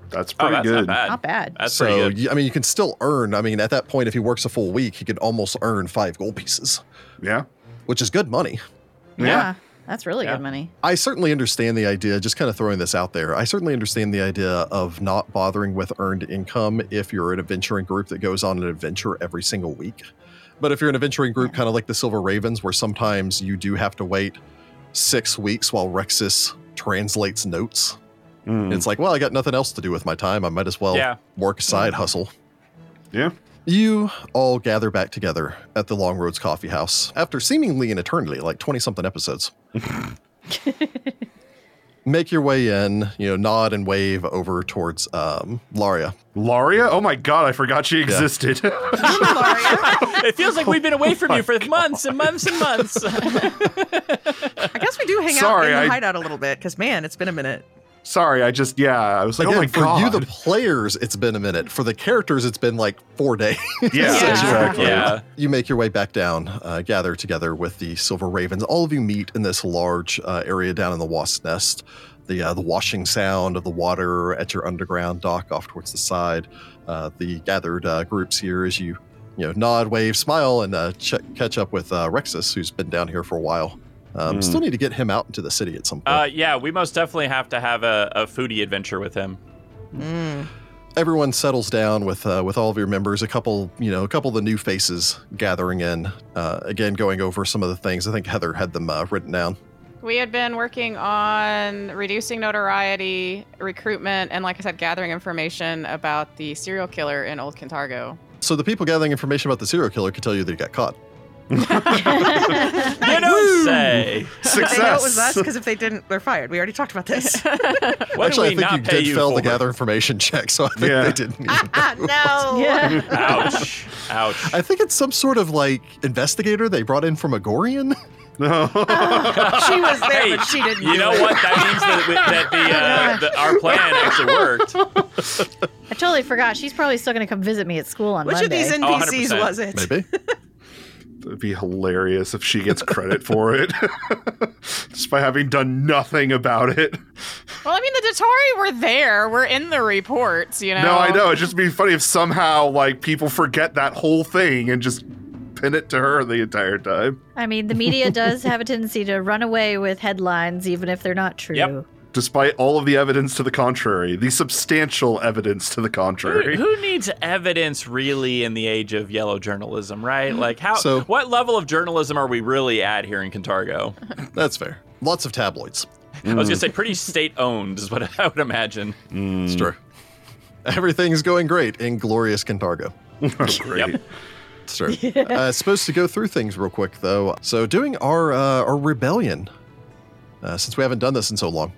Speaker 4: That's
Speaker 2: Oh,
Speaker 4: pretty
Speaker 2: that's not
Speaker 4: good.
Speaker 2: bad.
Speaker 6: Not bad.
Speaker 2: That's
Speaker 1: so,
Speaker 2: pretty good.
Speaker 1: y- I mean, you can still earn. I mean, at that point, if he works a full week, he could almost earn five gold pieces,
Speaker 4: Yeah.
Speaker 1: which is good money.
Speaker 6: Yeah. That's really
Speaker 2: Yeah.
Speaker 6: good money.
Speaker 1: I certainly understand the idea, just kind of throwing this out there. I certainly understand the idea of not bothering with earned income if you're an adventuring group that goes on an adventure every single week. But if you're an adventuring group, kind of like the Silver Ravens, where sometimes you do have to wait six weeks while Rexus translates notes,
Speaker 4: Mm.
Speaker 1: it's like, well, I got nothing else to do with my time. I might as well
Speaker 2: Hmm. Yeah.
Speaker 1: work a side hustle.
Speaker 4: Yeah.
Speaker 1: You all gather back together at the Long Roads Coffee House after seemingly an eternity, like 20 something episodes. Make your way in, you know, nod and wave over towards um, Laria.
Speaker 4: Laria? Oh my god, I forgot she existed.
Speaker 2: It feels like we've been away from you for months and months and months.
Speaker 5: I guess we do hang
Speaker 4: Sorry,
Speaker 5: out in the
Speaker 4: I-
Speaker 5: hideout a little bit because man, it's been a minute.
Speaker 4: Sorry, I just yeah, I was like,
Speaker 1: Again,
Speaker 4: oh my
Speaker 1: for
Speaker 4: god.
Speaker 1: you, the players, it's been a minute. For the characters, it's been like four days.
Speaker 4: yeah,
Speaker 3: Yeah.
Speaker 4: exactly.
Speaker 2: yeah.
Speaker 1: Uh, you make your way back down, uh, gather together with the Silver Ravens. All of you meet in this large uh, area down in the Wasp's Nest. The, uh, the washing sound of the water at your underground dock off towards the side. Uh, the gathered uh, groups here as you you know nod, wave, smile, and uh, ch- catch up with uh, Rexus, who's been down here for a while. Um,
Speaker 4: Hmm.
Speaker 1: Still need to get him out into the city at some point.
Speaker 2: Uh, yeah, we most definitely have to have a, a foodie adventure with him.
Speaker 5: Mm.
Speaker 1: everyone settles down with uh, with all of your members. A couple, you know, a couple of the new faces gathering in. Uh, again, going over some of the things. I think Heather had them uh, written down.
Speaker 3: We had been working on reducing notoriety, recruitment, and like I said, gathering information about the serial killer in Old Cantargo.
Speaker 1: So the people gathering information about the serial killer could tell you that he got caught.
Speaker 2: You don't say.
Speaker 5: But
Speaker 4: Success.
Speaker 5: they know it was us because if they didn't, they're fired. We already talked about this.
Speaker 2: What
Speaker 1: Actually, I
Speaker 2: do we
Speaker 1: think
Speaker 2: not
Speaker 1: you
Speaker 2: pay
Speaker 1: did fail
Speaker 2: for?
Speaker 1: the gather information check, so I think
Speaker 4: Yeah.
Speaker 1: they didn't. Even.
Speaker 5: ah, no.
Speaker 6: yeah.
Speaker 2: Ouch. Ouch.
Speaker 1: I think it's some sort of like investigator they brought in from Agorian.
Speaker 5: She was there,
Speaker 2: Hey,
Speaker 5: but she didn't.
Speaker 2: You
Speaker 5: do
Speaker 2: know
Speaker 5: it. Oh
Speaker 2: what? That means that, we, that the, uh, the our plan actually worked.
Speaker 6: I totally forgot. She's probably still going to come visit me at school on
Speaker 5: Which
Speaker 6: Monday.
Speaker 5: of these
Speaker 2: Oh,
Speaker 5: NPCs
Speaker 2: 100%.
Speaker 5: was it?
Speaker 1: Maybe.
Speaker 4: It'd be hilarious if she gets credit for it, just by having done nothing about it.
Speaker 3: Well, I mean, the Datori were there. We're in the reports, you know.
Speaker 4: No, I know. It'd just be funny if somehow like people forget that whole thing and just pin it to her the entire time,
Speaker 6: I mean, the media does have a tendency to run away with headlines, even if they're not true.
Speaker 2: Yep.
Speaker 4: despite all of the evidence to the contrary, the substantial evidence to the
Speaker 2: Who,
Speaker 4: contrary.
Speaker 2: who needs evidence really in the age of yellow journalism, right? Like how
Speaker 1: So-
Speaker 2: what level of journalism are we really at here in Cantargo?
Speaker 1: That's fair. Lots of tabloids.
Speaker 2: I was gonna say pretty state owned is what I would imagine.
Speaker 1: It's true. Everything's going great in glorious Cantargo.
Speaker 4: Great.
Speaker 2: Yep.
Speaker 1: It's true. uh, supposed to go through things real quick though. So doing our uh, our rebellion, uh, since we haven't done this in so long.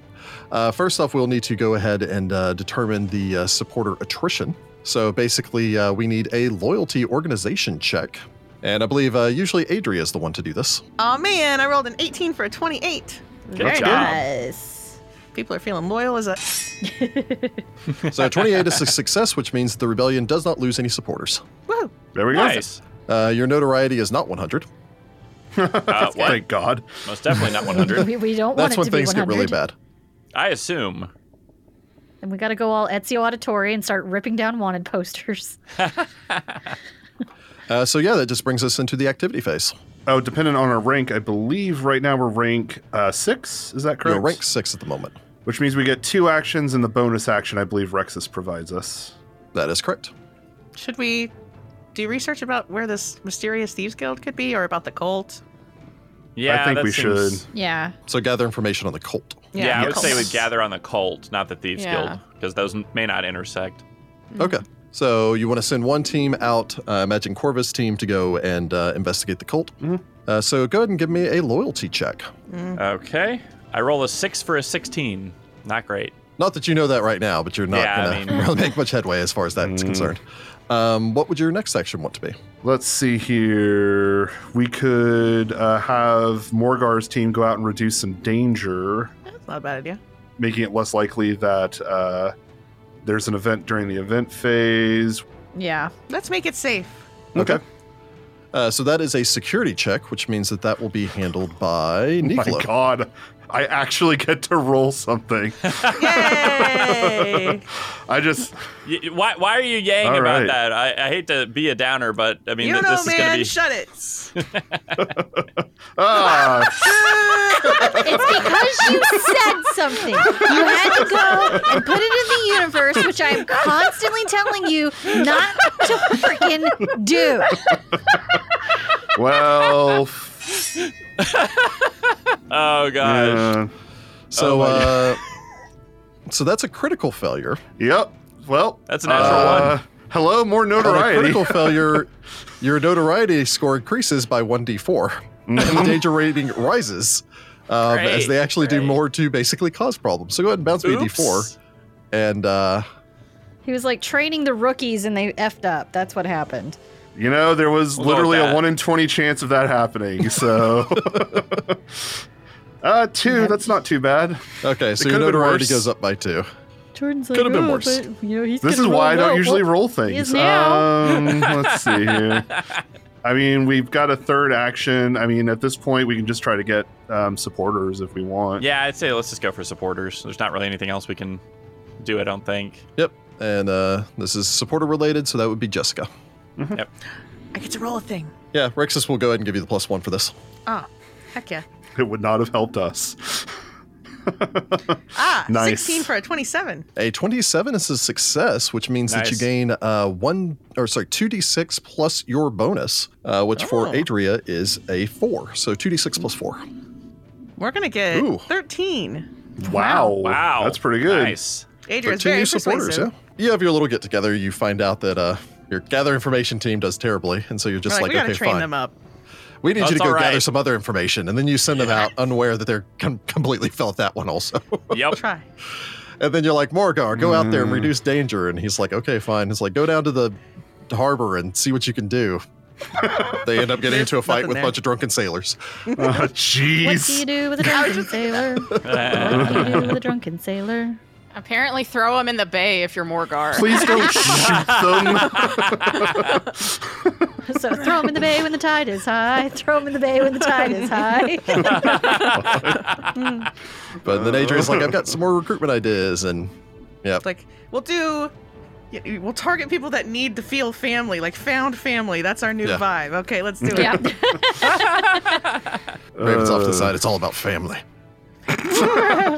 Speaker 1: Uh, first off, we'll need to go ahead and uh, determine the uh, supporter attrition. So basically, uh, we need a loyalty organization check, and I believe uh, usually Adria is the one to do this.
Speaker 5: Oh man, I rolled an 18 for a 28.
Speaker 2: Good
Speaker 6: Very
Speaker 2: job.
Speaker 6: nice.
Speaker 5: People are feeling loyal as a.
Speaker 1: So 28 is a success, which means the rebellion does not lose any supporters.
Speaker 5: Woo!
Speaker 4: There we go.
Speaker 2: Nice.
Speaker 1: Uh, your notoriety is not 100.
Speaker 2: Uh, what?
Speaker 4: Thank God.
Speaker 2: Most definitely not 100.
Speaker 6: We, we don't
Speaker 1: That's when
Speaker 6: want it to be
Speaker 1: things
Speaker 6: 100.
Speaker 1: get really bad.
Speaker 2: I assume.
Speaker 6: And we got to go all Ezio Auditore and start ripping down wanted posters.
Speaker 1: Uh, so yeah, that just brings us into the activity phase.
Speaker 4: Oh, dependent on our rank, I believe right now we're rank uh, six. Is that correct?
Speaker 1: You're rank six at the moment.
Speaker 4: Which means we get two actions and the bonus action I believe Rexus provides us.
Speaker 1: That is correct.
Speaker 5: Should we do research about where this mysterious thieves guild could be, or about the cult?
Speaker 2: Yeah,
Speaker 4: think
Speaker 2: that
Speaker 4: we
Speaker 2: seems-
Speaker 4: should.
Speaker 6: Yeah.
Speaker 1: So gather information on the cult.
Speaker 2: Yeah, I would
Speaker 5: cult.
Speaker 2: say we'd gather on the cult, not the thieves
Speaker 3: Yeah.
Speaker 2: guild, because those n- may not intersect.
Speaker 1: Okay. So you want to send one team out, uh, imagine Corvus team, to go and uh, investigate the cult.
Speaker 2: Mm-hmm.
Speaker 4: Mhm.
Speaker 1: Uh, so go ahead and give me a loyalty check.
Speaker 2: Okay, I roll a six for a sixteen. Not great.
Speaker 1: Not that you know that right now, but you're not
Speaker 2: Yeah, I
Speaker 1: going
Speaker 2: mean-
Speaker 1: to really make much headway as far as that's
Speaker 4: Mm.
Speaker 1: concerned. Um, what would your next action want to be?
Speaker 4: Let's see here. We could uh, have Morgar's team go out and reduce some danger,
Speaker 5: That's not a bad idea.
Speaker 4: making it less likely that uh, there's an event during the event phase.
Speaker 6: Yeah.
Speaker 5: Let's make it safe.
Speaker 1: Okay. Uh, so that is a security check, which means that that will be handled
Speaker 2: Oh
Speaker 1: by
Speaker 4: My
Speaker 1: Niflo.
Speaker 4: God, I actually get to roll something.
Speaker 5: Yay!
Speaker 4: I just
Speaker 2: Y- y- Why, why are you yang
Speaker 4: All
Speaker 2: about
Speaker 4: right.
Speaker 2: that? I, I hate to be a downer, but I mean,
Speaker 5: you
Speaker 2: th-
Speaker 5: know,
Speaker 2: this is going to
Speaker 5: man,
Speaker 2: be.
Speaker 5: shut it.
Speaker 4: ah,
Speaker 6: It's because you said something. You had to go and put it in the universe, which I am constantly telling you not to freaking do.
Speaker 4: well.
Speaker 2: oh gosh.
Speaker 4: yeah.
Speaker 1: So,
Speaker 2: Oh my
Speaker 1: uh, so that's a critical failure.
Speaker 4: Yep. Well, uh,
Speaker 2: That's a natural one.
Speaker 4: Hello, more
Speaker 1: On a
Speaker 4: notoriety.
Speaker 1: critical failure, your notoriety score increases by 1d4,
Speaker 4: Mm-hmm.
Speaker 1: and the danger rating rises um, as
Speaker 2: Great,
Speaker 1: they actually do
Speaker 2: great.
Speaker 1: more to basically cause problems. So go ahead and bounce me a
Speaker 2: Oops.
Speaker 1: d4. And uh,
Speaker 6: He was like training the rookies and they effed up. That's what happened.
Speaker 4: You know, there was
Speaker 2: We'll go with
Speaker 4: literally a
Speaker 2: that.
Speaker 4: 1 in 20 chance of that happening, so. uh, two, that's not too bad.
Speaker 1: okay, so your
Speaker 4: could've been
Speaker 1: notoriety
Speaker 4: worse.
Speaker 1: goes up by two.
Speaker 6: Jordan's like,
Speaker 1: Could've been "Oh, worse.
Speaker 6: you know, he's
Speaker 4: This is why I don't usually roll things.
Speaker 6: now.
Speaker 4: Um, let's see here. I mean, we've got a third action. I mean, at this point, we can just try to get um, supporters if we want.
Speaker 2: Yeah, I'd say let's just go for supporters. There's not really anything else we can do. I don't think.
Speaker 1: Yep. And uh, this is supporter related, so that would be Jessica.
Speaker 5: I get to roll a thing.
Speaker 1: Yeah, Rexus will go ahead and give you the plus one for this.
Speaker 5: Oh, heck yeah.
Speaker 4: It would not have helped us.
Speaker 5: Ah,
Speaker 4: Nice.
Speaker 5: 16 for a 27.
Speaker 1: A 27 is a success, which means that you
Speaker 2: Nice.
Speaker 1: gain uh, one or sorry, 2d6 plus your bonus, uh, which for
Speaker 5: Oh.
Speaker 1: Adria is a four. So 2d6 plus four.
Speaker 5: We're gonna get
Speaker 1: Ooh.
Speaker 5: thirteen.
Speaker 4: Wow.
Speaker 2: Wow.
Speaker 4: That's pretty good.
Speaker 2: Nice.
Speaker 5: Adrian's
Speaker 1: Thirteen
Speaker 5: very
Speaker 1: new supporters, yeah.
Speaker 5: persuasive.
Speaker 1: You have your little get together, you find out that uh, your gather information team does terribly, and so you're just
Speaker 5: We're
Speaker 1: like,
Speaker 5: like, we gotta
Speaker 1: okay,
Speaker 5: train
Speaker 1: fine.
Speaker 5: them up.
Speaker 1: We need
Speaker 2: That's
Speaker 1: you to go
Speaker 2: all
Speaker 1: gather
Speaker 2: right.
Speaker 1: some other information, and then you send them out unaware that they're com- completely fell at that one also.
Speaker 2: Yep.
Speaker 5: Try.
Speaker 1: and then you're like, Morgar, go out
Speaker 2: Mm.
Speaker 1: there and reduce danger, and he's like, okay, fine. He's like, go down to the harbor and see what you can do. they end up getting into a
Speaker 5: There's
Speaker 1: fight
Speaker 5: nothing
Speaker 1: with a
Speaker 5: there.
Speaker 1: bunch of drunken sailors.
Speaker 4: Uh,
Speaker 6: What do you
Speaker 4: Jeez.
Speaker 6: do with a drunken sailor? What do you do with a drunken sailor?
Speaker 3: Apparently, throw him in the bay if you're Morgar.
Speaker 4: Please don't shoot them.
Speaker 6: So throw him in the bay when the tide is high. Throw him in the bay when the tide is high.
Speaker 1: But then Adrian's like, I've got some more recruitment ideas, and yeah,
Speaker 5: It's like we'll do. yeah, We'll target people that need to feel family, like found family. That's our new
Speaker 1: Yeah.
Speaker 5: vibe. Okay, let's do it.
Speaker 6: yeah.
Speaker 1: Raven's off to
Speaker 4: Uh,
Speaker 2: Uh.
Speaker 1: the side. It's all about family.
Speaker 5: Vin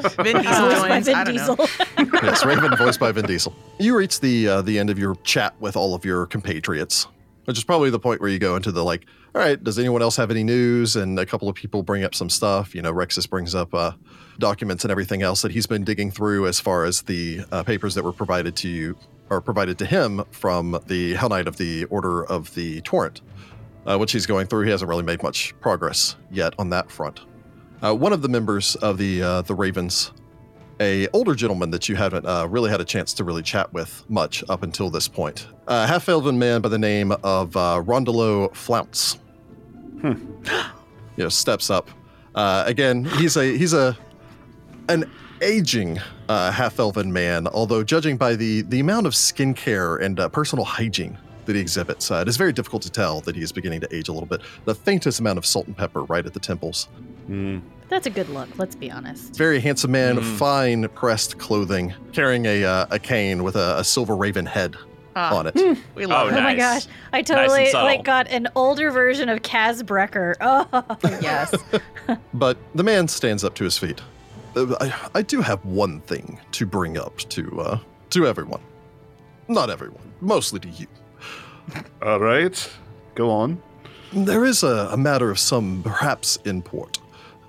Speaker 5: Diesel
Speaker 6: Voiced by
Speaker 5: joins. I
Speaker 6: Vin
Speaker 5: don't
Speaker 6: Diesel.
Speaker 5: know.
Speaker 1: yes, Raven, voiced by Vin Diesel. You reach the uh, the end of your chat with all of your compatriots, which is probably the point where you go into the like, all right, does anyone else have any news? And a couple of people bring up some stuff. You know, Rexus brings up uh, documents and everything else that he's been digging through as far as the uh, papers that were provided to you or provided to him from the Hell Knight of the Order of the Torrent, uh, which he's going through. He hasn't really made much progress yet on that front. Uh, one of the members of the uh, the Ravens a older gentleman that you haven't uh, really had a chance to really chat with much up until this point. A half elven man by the name of uh, Rondolo Flounce. you know, steps up. Uh, again, he's a he's a an aging uh, half elven man. Although judging by the the amount of skincare and uh, personal hygiene that he exhibits, uh, it is very difficult to tell that he is beginning to age a little bit. The faintest amount of salt and pepper right at the temples.
Speaker 4: hmm.
Speaker 6: That's a good look, let's be honest.
Speaker 1: Very handsome man, fine pressed clothing, carrying a, uh, a cane with a, a silver raven head
Speaker 5: Ah,
Speaker 1: on it.
Speaker 5: we love
Speaker 2: Oh,
Speaker 5: it.
Speaker 6: Oh my
Speaker 2: Nice.
Speaker 6: gosh. I
Speaker 2: and
Speaker 6: totally
Speaker 2: subtle.
Speaker 6: like got an older version of Kaz Brecker. Oh
Speaker 3: yes.
Speaker 1: But the man stands up to his feet. Uh, I, I do have one thing to bring up to uh, to everyone. Not everyone, mostly to you.
Speaker 4: All right. Go on.
Speaker 1: There is a, a matter of some perhaps import.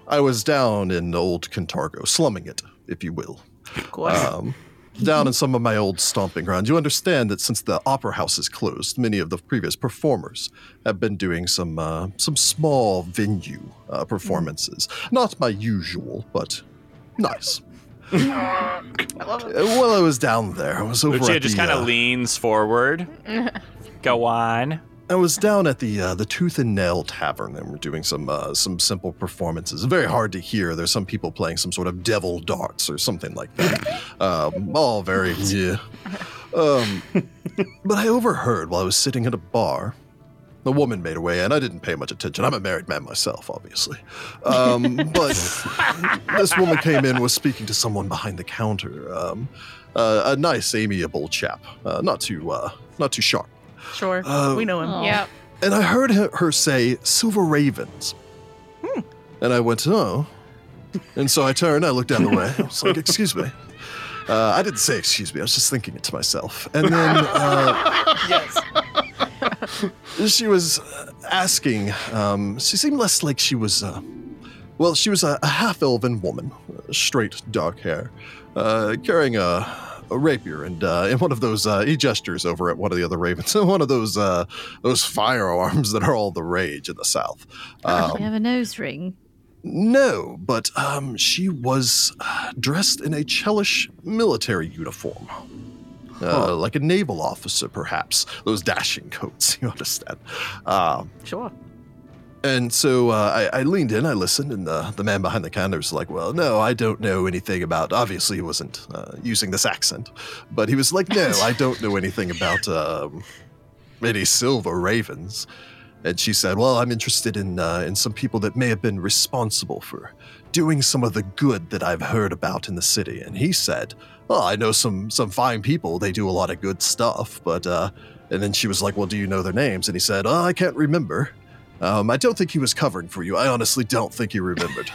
Speaker 1: I was down in old Cantargo, slumming it, if you will.
Speaker 5: Of course.
Speaker 1: um, down in some of my old stomping grounds. You understand that since the opera house is closed, many of the previous performers have been doing some uh, some small venue uh, performances. Not my usual, but nice. Uh, While I was down there, I was over
Speaker 2: Lucia
Speaker 1: at
Speaker 2: just
Speaker 1: the,
Speaker 2: kind of
Speaker 1: uh,
Speaker 2: leans forward. Go on.
Speaker 1: I was down at the uh, the Tooth and Nail Tavern, and we're doing some uh, some simple performances. Very hard to hear. There's some people playing some sort of devil darts or something like that. um, all very yeah. Um, but I overheard while I was sitting at a bar, a woman made her way in. I didn't pay much attention. I'm a married man myself, obviously. Um, but this woman came in, was speaking to someone behind the counter. Um, uh, a nice, amiable chap, uh, not too uh, not too sharp.
Speaker 5: sure.
Speaker 1: uh,
Speaker 5: we know him.
Speaker 6: Oh.
Speaker 3: Yep.
Speaker 1: And I heard her her say silver ravens. And I went, oh. And so I turned, I looked down the way. I was like, excuse me. Uh, I didn't say excuse me, I was just thinking it to myself. And then uh,
Speaker 5: Yes.
Speaker 1: she was uh, asking, um, she seemed less like she was, uh, well, she was a, a half elven woman, uh, straight dark hair, uh, carrying a, a rapier. And uh, in one of those, uh, he gestures over at one of the other ravens, one of those, uh, those firearms that are all the rage in the South. Um,
Speaker 6: you have a nose ring.
Speaker 1: No, but um, she was uh, dressed in a Chelish military uniform. Uh, like a naval officer, perhaps. Those dashing coats, you understand. Um,
Speaker 5: Sure.
Speaker 1: and so uh, I, I leaned in, I listened, and the, the man behind the counter was like, Well, no, I don't know anything about. Obviously, he wasn't uh, using this accent, but he was like, No, I don't know anything about um, any silver ravens. And she said, Well, I'm interested in, uh, in some people that may have been responsible for doing some of the good that I've heard about in the city. And he said, Oh, I know some, some fine people. They do a lot of good stuff, but. Uh, and then she was like, Well, do you know their names? And he said, Oh, I "Uh, can't remember. Um, I don't think he was covering for you. I honestly don't think he remembered.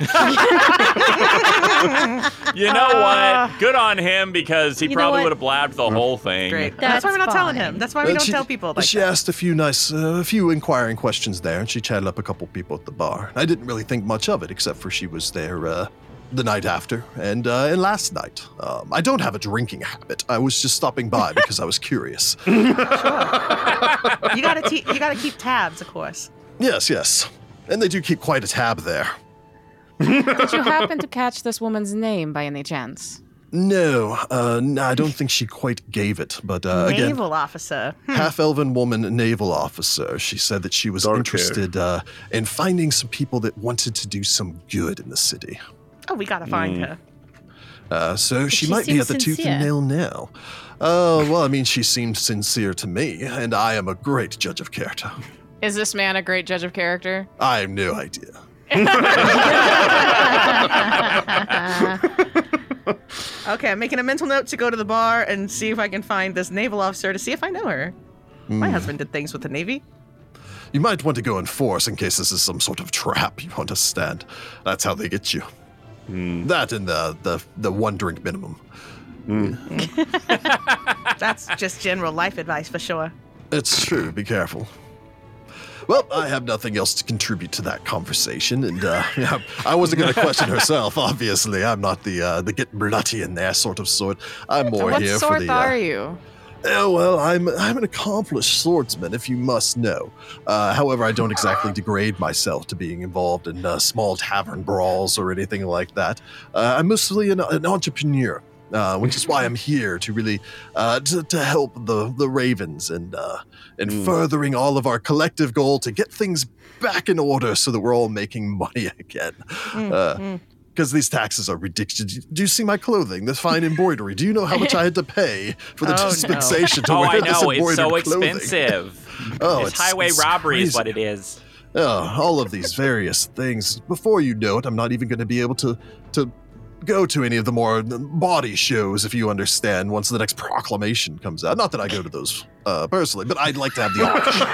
Speaker 2: You know
Speaker 5: Uh.
Speaker 2: what? Good on him because he
Speaker 6: You know
Speaker 2: probably
Speaker 6: what?
Speaker 2: would have blabbed the whole thing.
Speaker 5: Great.
Speaker 6: That's
Speaker 5: That's, why we're not telling
Speaker 6: fine.
Speaker 5: him. That's why we
Speaker 1: Uh,
Speaker 5: don't
Speaker 1: she-
Speaker 5: tell people like
Speaker 1: she
Speaker 5: that.
Speaker 1: asked a few nice, uh, a few inquiring questions there, and she chatted up a couple people at the bar. I didn't really think much of it, except for she was there uh, the night after and uh, and last night. Um, I don't have a drinking habit. I was just stopping by because I was curious.
Speaker 5: You gotta te- you gotta keep tabs, of course.
Speaker 1: Yes, yes, and they do keep quite a tab there.
Speaker 3: Did you happen to catch this woman's name by any chance?
Speaker 1: No, uh, n- I don't think she quite gave it. But uh, again,
Speaker 5: Naval officer. Hmm.
Speaker 1: half elven woman naval officer. She said that she was
Speaker 4: Dark hair.
Speaker 1: interested uh, in finding some people that wanted to do some good in the city.
Speaker 5: Oh, we gotta find
Speaker 1: Mm.
Speaker 5: her.
Speaker 1: Uh, so she,
Speaker 6: she
Speaker 1: might be
Speaker 6: seems
Speaker 1: at the tooth and
Speaker 6: sincere.
Speaker 1: nail now. Uh, well, I mean, she seemed sincere to me, and I am a great judge of character.
Speaker 3: Is this man a great judge of character?
Speaker 1: I have no idea.
Speaker 5: Okay, I'm making a mental note to go to the bar and see if I can find this naval officer to see if I know her.
Speaker 1: Mm.
Speaker 5: My husband did things with the Navy.
Speaker 1: You might want to go in force in case this is some sort of trap. You understand? That's how they get you.
Speaker 4: Hmm.
Speaker 1: That and the, the the one drink minimum.
Speaker 5: That's just general life advice for sure.
Speaker 1: It's true. Be careful. Well, I have nothing else to contribute to that conversation, and uh, I wasn't going to question herself. Obviously, I'm not the uh, the get bloody in there sort of sort. I'm more
Speaker 3: what
Speaker 1: here
Speaker 3: sort
Speaker 1: for the. uh,
Speaker 3: are you?
Speaker 1: Oh, well, I'm I'm an accomplished swordsman, if you must know. Uh, however, I don't exactly degrade myself to being involved in uh, small tavern brawls or anything like that. Uh, I'm mostly an, an entrepreneur, uh, which is why I'm here to really uh, to, to help the the ravens and uh, and
Speaker 2: Hmm.
Speaker 1: furthering all of our collective goal to get things back in order so that we're all making money again.
Speaker 5: Hmm,
Speaker 1: Uh, because these taxes are ridiculous. Do you see my clothing? This fine embroidery. Do you know how much I had to pay for the
Speaker 5: Oh, no.
Speaker 1: dispensation to
Speaker 2: Oh,
Speaker 1: wear
Speaker 2: I
Speaker 1: this
Speaker 2: know. It's
Speaker 1: embroidered
Speaker 2: so
Speaker 1: clothing?
Speaker 2: expensive.
Speaker 1: Oh,
Speaker 2: it's,
Speaker 1: it's-
Speaker 2: highway
Speaker 1: it's
Speaker 2: robbery is
Speaker 1: crazy.
Speaker 2: what it is.
Speaker 1: Oh, all of these various things. Before you know it, I'm not even going to be able to to go to any of the more body shows, if you understand. Once the next proclamation comes out, not that I go to those uh, personally, but I'd like to have the option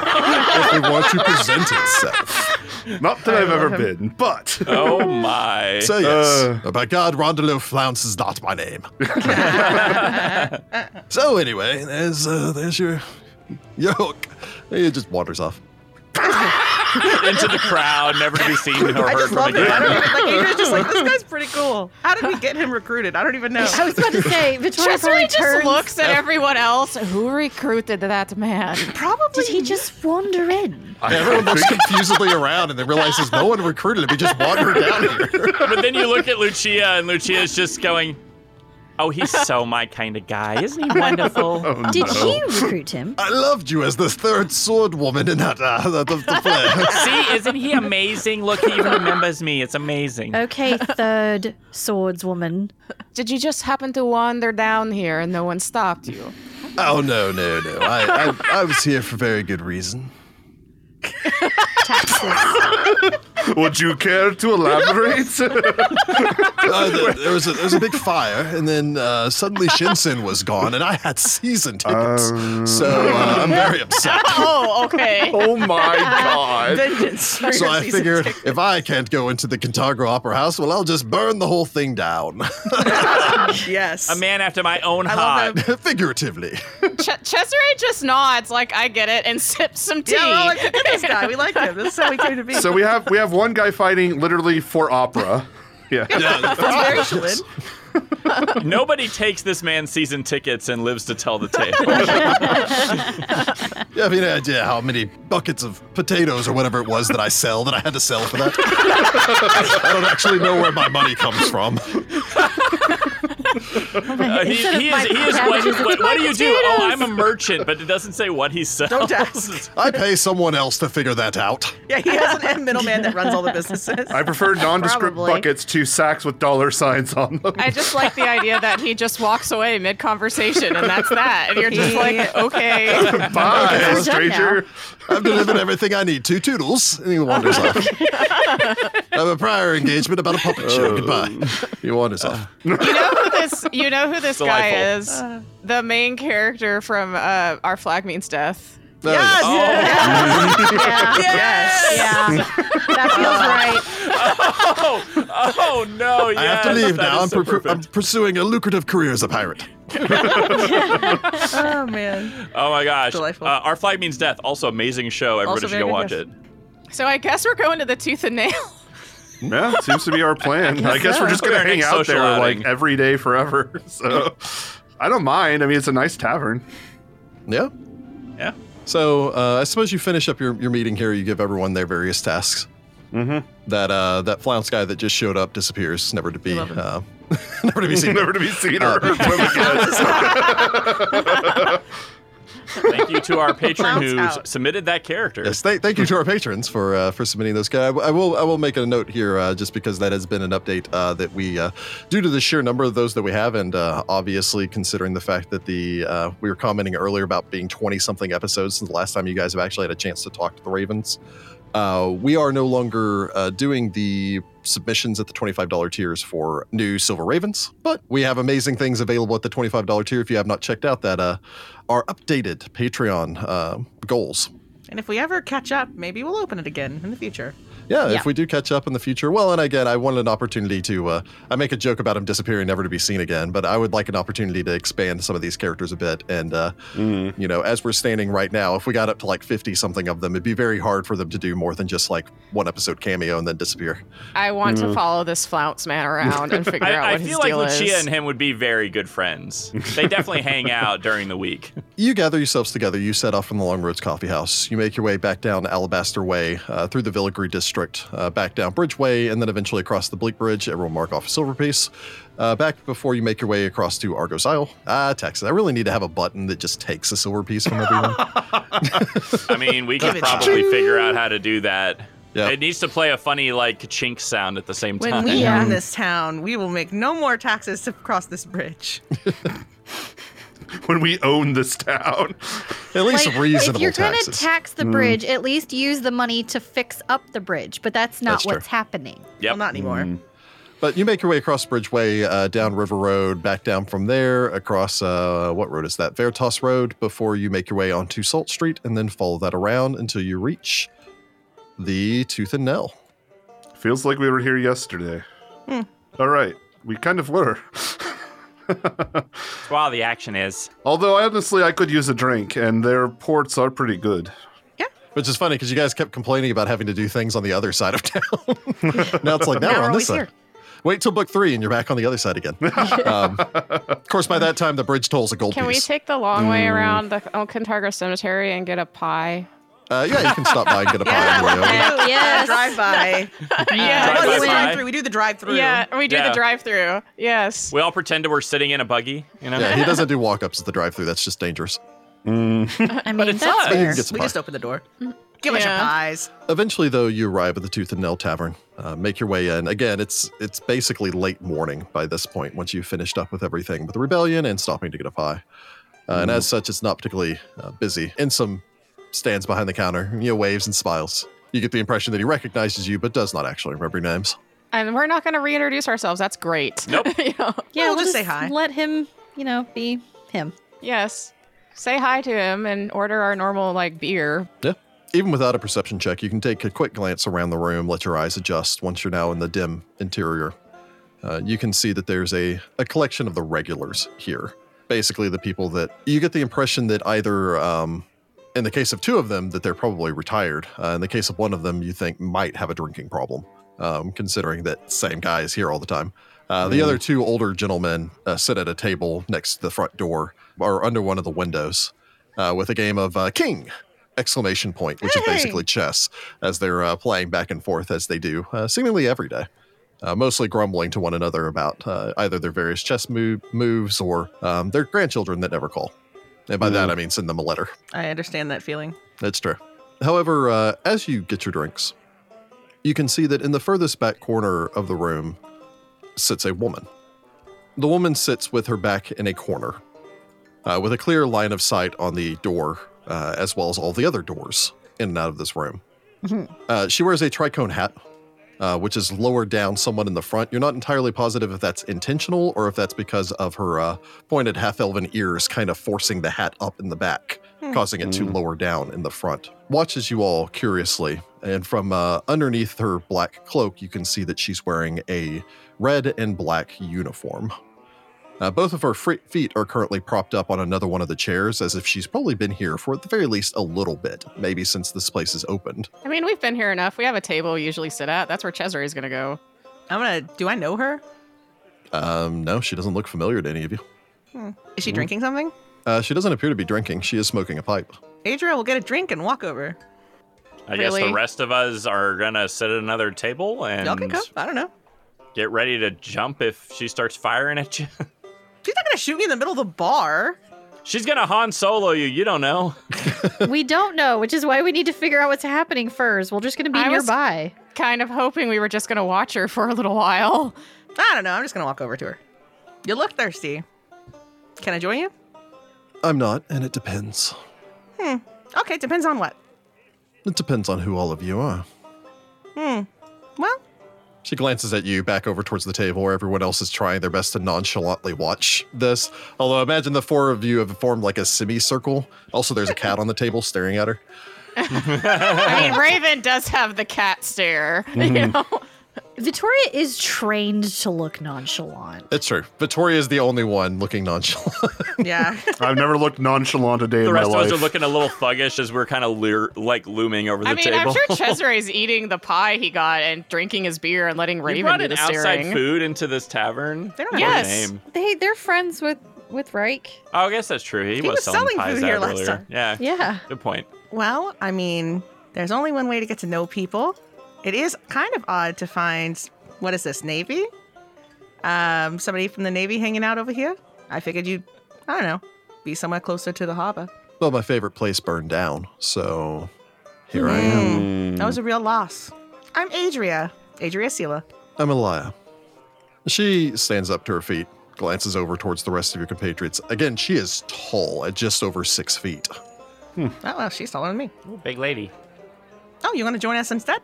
Speaker 1: if they want to present itself.
Speaker 4: Not that I've ever been, but
Speaker 2: Oh my.
Speaker 1: So yes,
Speaker 4: Uh.
Speaker 1: oh, by God, Rondelow Flounce is not my name. so anyway, there's uh, there's your your hook. It just wanders off.
Speaker 2: Into the crowd, never to be seen or
Speaker 5: I
Speaker 2: heard
Speaker 5: just
Speaker 2: from
Speaker 5: love it. I
Speaker 2: again.
Speaker 5: don't even, like, Adrian's just like, this guy's pretty cool. How did we get him recruited? I don't even know.
Speaker 6: I was about to say, Victoria
Speaker 3: Cesare
Speaker 6: probably
Speaker 3: just
Speaker 6: turns.
Speaker 3: looks at everyone else. Who recruited that man?
Speaker 5: Probably.
Speaker 6: Did he just wander in?
Speaker 1: Everyone looks confusedly around and then realizes no one recruited him. He just wandered down here.
Speaker 2: But then you look at Lucia, and Lucia's just going, "Oh, he's so my kind of guy, isn't he wonderful?"
Speaker 4: oh,
Speaker 6: Did she recruit him?
Speaker 1: I loved you as the third sword woman in that uh, the, the, the play.
Speaker 2: See, isn't he amazing? Look, he even remembers me. It's amazing.
Speaker 6: Okay, third swordswoman.
Speaker 3: Did you just happen to wander down here and no one stopped you?
Speaker 1: oh no no no! I, I I was here for very good reason.
Speaker 6: Taxes.
Speaker 4: would you care to elaborate?
Speaker 1: Uh, there, there was a, there was a big fire, and then uh, suddenly Shinsen was gone, and I had season tickets.
Speaker 5: Um.
Speaker 1: so uh, I'm very upset.
Speaker 3: Oh, okay.
Speaker 4: oh my god!
Speaker 5: Vengeance.
Speaker 1: So I figured if I can't go into the Cantagra Opera House, well, I'll just burn the whole thing down,
Speaker 5: yes.
Speaker 2: A man after my own
Speaker 5: I love
Speaker 2: heart.
Speaker 5: that.
Speaker 1: figuratively.
Speaker 3: Ch- Cesare just nods, like, I get it, and sips some tea.
Speaker 5: Yeah, we're all like, look at this guy. We like him. This is how we came to be.
Speaker 4: So we have we have one guy fighting literally for opera. Yeah.
Speaker 5: That's very Shalyn.
Speaker 2: Nobody takes this man's season tickets and lives to tell the tale.
Speaker 1: You have any idea how many buckets of potatoes or whatever it was that I sell that I had to sell for that? I don't actually know where my money comes from.
Speaker 2: Uh, he,
Speaker 6: Instead of
Speaker 2: he
Speaker 6: my
Speaker 2: is. He is. What,
Speaker 6: cabbages, it's
Speaker 2: what, what
Speaker 6: my
Speaker 2: do you do? Oh,
Speaker 6: potatoes.
Speaker 2: I'm a merchant, but it doesn't say what he sells.
Speaker 5: Don't ask.
Speaker 1: I pay someone else to figure that out.
Speaker 5: Yeah, he has an middleman that runs all the businesses.
Speaker 4: I prefer nondescript
Speaker 6: Probably.
Speaker 4: buckets to sacks with dollar signs on them.
Speaker 3: I just like the idea that he just walks away mid conversation, and that's that. And you're just like, okay.
Speaker 4: Bye,
Speaker 6: we're done now.
Speaker 4: stranger.
Speaker 1: I've delivered everything I need to Toodles, and he wanders off. I have a prior engagement about a puppet show. Goodbye. He wanders off.
Speaker 3: You know who this? You know who this guy
Speaker 2: Delightful.
Speaker 3: is? The main character from uh, Our Flag Means Death.
Speaker 1: There we go.
Speaker 5: Yes!
Speaker 3: Yeah.
Speaker 5: Yes!
Speaker 3: Yeah. That feels right.
Speaker 2: Oh, oh no! Yes,
Speaker 1: I have to leave
Speaker 2: that
Speaker 1: now.
Speaker 2: is
Speaker 1: I'm,
Speaker 2: so
Speaker 1: pur- I'm
Speaker 2: perfect.
Speaker 1: pursuing a lucrative career as a pirate.
Speaker 5: Oh, man.
Speaker 2: Oh my gosh!
Speaker 5: Delightful.
Speaker 2: Uh, Our flag means death. Also amazing show. Everybody
Speaker 5: Also
Speaker 2: should
Speaker 5: very
Speaker 2: go
Speaker 5: good
Speaker 2: watch
Speaker 5: show.
Speaker 2: it.
Speaker 3: So I guess we're going to the tooth and nail.
Speaker 4: Yeah, seems to be our plan. I guess we're just
Speaker 2: Our
Speaker 4: gonna hang
Speaker 2: next
Speaker 4: out
Speaker 2: social
Speaker 4: there
Speaker 2: outing.
Speaker 4: like every day forever. So I don't mind. I mean, it's a nice tavern.
Speaker 1: Yeah.
Speaker 2: Yeah.
Speaker 1: So uh, I suppose you finish up your, your meeting here. You give everyone their various tasks.
Speaker 4: Mhm.
Speaker 1: That uh, that flounce guy that just showed up disappears, never to be
Speaker 5: love him.
Speaker 1: uh, never to be seen.
Speaker 4: Never to be seen or heard from again.
Speaker 2: Thank you to our patron
Speaker 5: Bounce
Speaker 2: who
Speaker 5: out.
Speaker 2: submitted that character.
Speaker 1: Yes, thank, thank you to our patrons for uh, for submitting those. guys. I, w- I will I will make a note here uh, just because that has been an update uh, that we, uh, due to the sheer number of those that we have, and uh, obviously considering the fact that the uh, we were commenting earlier about being twenty something episodes since the last time you guys have actually had a chance to talk to the Ravens. Uh, we are no longer uh, doing the submissions at the $25 tiers for new Silver Ravens, but we have amazing things available at the $25 tier if you have not checked out that uh, our updated Patreon uh, goals.
Speaker 5: And if we ever catch up, maybe we'll open it again in the future.
Speaker 1: Yeah,
Speaker 6: Yeah.
Speaker 1: if we do catch up in the future, well, and again, I want an opportunity to. Uh, I make a joke about him disappearing, never to be seen again, but I would like an opportunity to expand some of these characters a bit. And uh, you know, as we're standing right now, if we got up to like fifty something of them, it'd be very hard for them to do more than just like one episode cameo and then disappear.
Speaker 3: I want to follow this flounce man around and figure
Speaker 2: Mm.
Speaker 3: out
Speaker 2: I,
Speaker 3: what
Speaker 2: I
Speaker 3: his
Speaker 2: feel like
Speaker 3: deal
Speaker 2: Lucia
Speaker 3: is.
Speaker 2: and him would be very good friends. They definitely hang out during the week.
Speaker 1: You gather yourselves together. You set off from the Long Roads Coffee House. You make your way back down Alabaster Way, uh, through the Villigry District, uh, back down Bridgeway, and then eventually across the Bleak Bridge. Everyone mark off a silver piece. Uh, back before you make your way across to Argos Isle. Ah, Texas. I really need to have a button that just takes a silver piece from everyone.
Speaker 2: I mean, we
Speaker 5: Give
Speaker 2: could
Speaker 5: it a shot.
Speaker 2: probably figure out how to do that.
Speaker 1: Yeah.
Speaker 2: It needs to play a funny like chink sound at the same
Speaker 5: When
Speaker 2: time.
Speaker 5: we
Speaker 6: Yeah.
Speaker 5: own this town, we will make no more taxes to cross this bridge.
Speaker 4: When we own this town,
Speaker 1: At least
Speaker 6: Like,
Speaker 1: reasonable
Speaker 6: if you're gonna
Speaker 1: taxes.
Speaker 6: tax
Speaker 2: Mm.
Speaker 6: the bridge, at least use the money to fix up the bridge. But that's not
Speaker 1: That's
Speaker 6: what's
Speaker 1: true.
Speaker 6: happening.
Speaker 2: Yep.
Speaker 5: Well, not anymore.
Speaker 1: But you make your way across Bridgeway, uh, down River Road, back down from there, across uh, what road is that? Veritas Road, before you make your way onto Salt Street, and then follow that around until you reach the Tooth and Nail.
Speaker 4: feels like we were here yesterday.
Speaker 5: Hmm.
Speaker 4: All right, we kind of were.
Speaker 2: That's where all the action is.
Speaker 4: Although honestly, I could use a drink, and their ports are pretty good.
Speaker 1: Which is funny because you guys kept complaining about having to do things on the other side of town. now it's like, now, we're on this
Speaker 5: always
Speaker 1: side.
Speaker 5: here.
Speaker 1: Wait till book three and you're back on the other side again. um, of course, by that time, the bridge toll's a gold
Speaker 3: Can we
Speaker 1: piece.
Speaker 3: take the long way
Speaker 2: Mm.
Speaker 3: around the Ocontargo Cemetery and get a pie?
Speaker 1: uh, yeah, you can stop by and get a pie. on the way over.
Speaker 5: Yeah,
Speaker 6: Yes.
Speaker 5: Drive by.
Speaker 3: Yeah.
Speaker 2: Drive-by
Speaker 5: Well,
Speaker 2: pie.
Speaker 5: drive through. We do the drive through.
Speaker 3: Yeah, we do
Speaker 2: Yeah.
Speaker 3: the drive-through. Yes.
Speaker 2: We all pretend we're sitting in a buggy, you know?
Speaker 1: Yeah, he doesn't do walk-ups at the drive-through. That's just dangerous.
Speaker 6: I mean,
Speaker 2: it's
Speaker 6: that's
Speaker 2: us.
Speaker 1: But you
Speaker 6: fair.
Speaker 1: can get some
Speaker 5: We
Speaker 1: pie.
Speaker 5: just open the door. Give us your
Speaker 3: Yeah.
Speaker 5: pies.
Speaker 1: Eventually, though, you arrive at the Tooth and Nail Tavern. Uh, make your way in. Again, it's it's basically late morning by this point. Once you've finished up with everything with the rebellion and stopping to get a pie, uh, and as such, it's not particularly uh, busy. Ensom stands behind the counter, you know, waves and smiles. You get the impression that he recognizes you, but does not actually remember your names.
Speaker 3: And we're not going to reintroduce ourselves. That's great.
Speaker 2: Nope.
Speaker 3: You know?
Speaker 6: Yeah,
Speaker 5: We'll just say hi.
Speaker 6: Let him, you know, be him.
Speaker 3: Yes. Say hi to him and order our normal like beer.
Speaker 1: Yeah. Even without a perception check, you can take a quick glance around the room, let your eyes adjust once you're now in the dim interior. Uh, you can see that there's a, a collection of the regulars here. Basically, the people that you get the impression that either, um, in the case of two of them, that they're probably retired. Uh, in the case of one of them, you think might have a drinking problem, um, considering that same guy is here all the time. Uh, the other two older gentlemen uh, sit at a table next to the front door or under one of the windows uh, with a game of uh, King! Exclamation point, which
Speaker 5: Hey!
Speaker 1: is basically chess, as they're uh, playing back and forth as they do, uh, seemingly every day uh, mostly grumbling to one another about uh, either their various chess move, moves or um, their grandchildren that never call. And by
Speaker 5: Hmm.
Speaker 1: that, I mean send them a letter.
Speaker 5: I understand that feeling.
Speaker 1: That's true. However, uh, as you get your drinks, you can see that in the furthest back corner of the room sits a woman. The woman sits with her back in a corner, uh, with a clear line of sight on the door, uh, as well as all the other doors in and out of this room. Uh, she wears a tricone hat, uh, which is lowered down somewhat in the front. You're not entirely positive if that's intentional or if that's because of her uh, pointed half elven ears kind of forcing the hat up in the back causing it to lower down in the front. Watches you all curiously, and from uh, underneath her black cloak, you can see that she's wearing a red and black uniform. Uh, both of her fre- feet are currently propped up on another one of the chairs, as if she's probably been here for at the very least a little bit, maybe since this place is opened.
Speaker 3: I mean, we've been here enough. We have a table we usually sit at. That's where Cesare is going to go.
Speaker 5: I'm gonna. Do I know her?
Speaker 1: Um, no, she doesn't look familiar to any of you.
Speaker 5: Is she drinking something?
Speaker 1: Uh, she doesn't appear to be drinking. She is smoking a pipe.
Speaker 5: Adria will get a drink and walk over.
Speaker 2: I guess
Speaker 3: Really?
Speaker 2: the rest of us are gonna sit at another table and
Speaker 5: Y'all can come. I don't know.
Speaker 2: get ready to jump if she starts firing at you.
Speaker 5: She's not gonna shoot me in the middle of the bar.
Speaker 2: She's gonna Han Solo you. You don't know.
Speaker 6: we don't know, which is why we need to figure out what's happening first. We're just going to be
Speaker 3: I was-
Speaker 6: nearby.
Speaker 3: Kind of hoping we were just going to watch her for a little while.
Speaker 5: I don't know. I'm just gonna walk over to her. You look thirsty. Can I join you?
Speaker 1: I'm not, and it depends.
Speaker 5: Hmm. Okay, depends on what.
Speaker 1: It depends on who all of you are.
Speaker 5: Well,
Speaker 1: She glances at you back over towards the table where everyone else is trying their best to nonchalantly watch this. Although, imagine the four of you have formed like a semicircle. Also, there's a cat on the table staring at her.
Speaker 3: I mean, Raven does have the cat stare. You
Speaker 2: Mm-hmm.
Speaker 3: know?
Speaker 6: Victoria is trained to look nonchalant.
Speaker 1: It's true. Vittoria is the only one looking nonchalant.
Speaker 5: yeah.
Speaker 4: I've never looked nonchalant a day
Speaker 2: The
Speaker 4: in my
Speaker 2: rest of
Speaker 4: life.
Speaker 2: us are looking a little thuggish as we're kind of leer- like looming over the
Speaker 3: I mean,
Speaker 2: table.
Speaker 3: I'm sure Cesare's eating the pie he got and drinking his beer and letting
Speaker 2: you
Speaker 3: Raven
Speaker 2: brought
Speaker 3: do
Speaker 2: in
Speaker 3: the
Speaker 2: outside
Speaker 3: staring.
Speaker 2: food into this tavern.
Speaker 5: They don't
Speaker 2: What a
Speaker 5: have
Speaker 3: Yes.
Speaker 2: shame.
Speaker 6: They they're friends with with Reich.
Speaker 2: Oh, I guess that's true. He,
Speaker 5: was selling
Speaker 2: pies
Speaker 5: food here
Speaker 2: out
Speaker 5: last
Speaker 2: earlier.
Speaker 5: time.
Speaker 2: Yeah.
Speaker 6: Yeah.
Speaker 2: Good point.
Speaker 5: Well, I mean, there's only one way to get to know people. It is kind of odd to find what is this Navy? Um, somebody from the Navy hanging out over here. I figured you'd, I don't know, be somewhere closer to the harbor.
Speaker 1: well, my favorite place burned down, so here I am.
Speaker 5: That was a real loss. I'm Adria, Adria Sela.
Speaker 1: I'm Elia. She stands up to her feet, glances over towards the rest of your compatriots. Again, she is tall at just over six feet.
Speaker 5: Oh well, she's taller than me.
Speaker 2: big lady.
Speaker 5: Oh, you want to join us instead?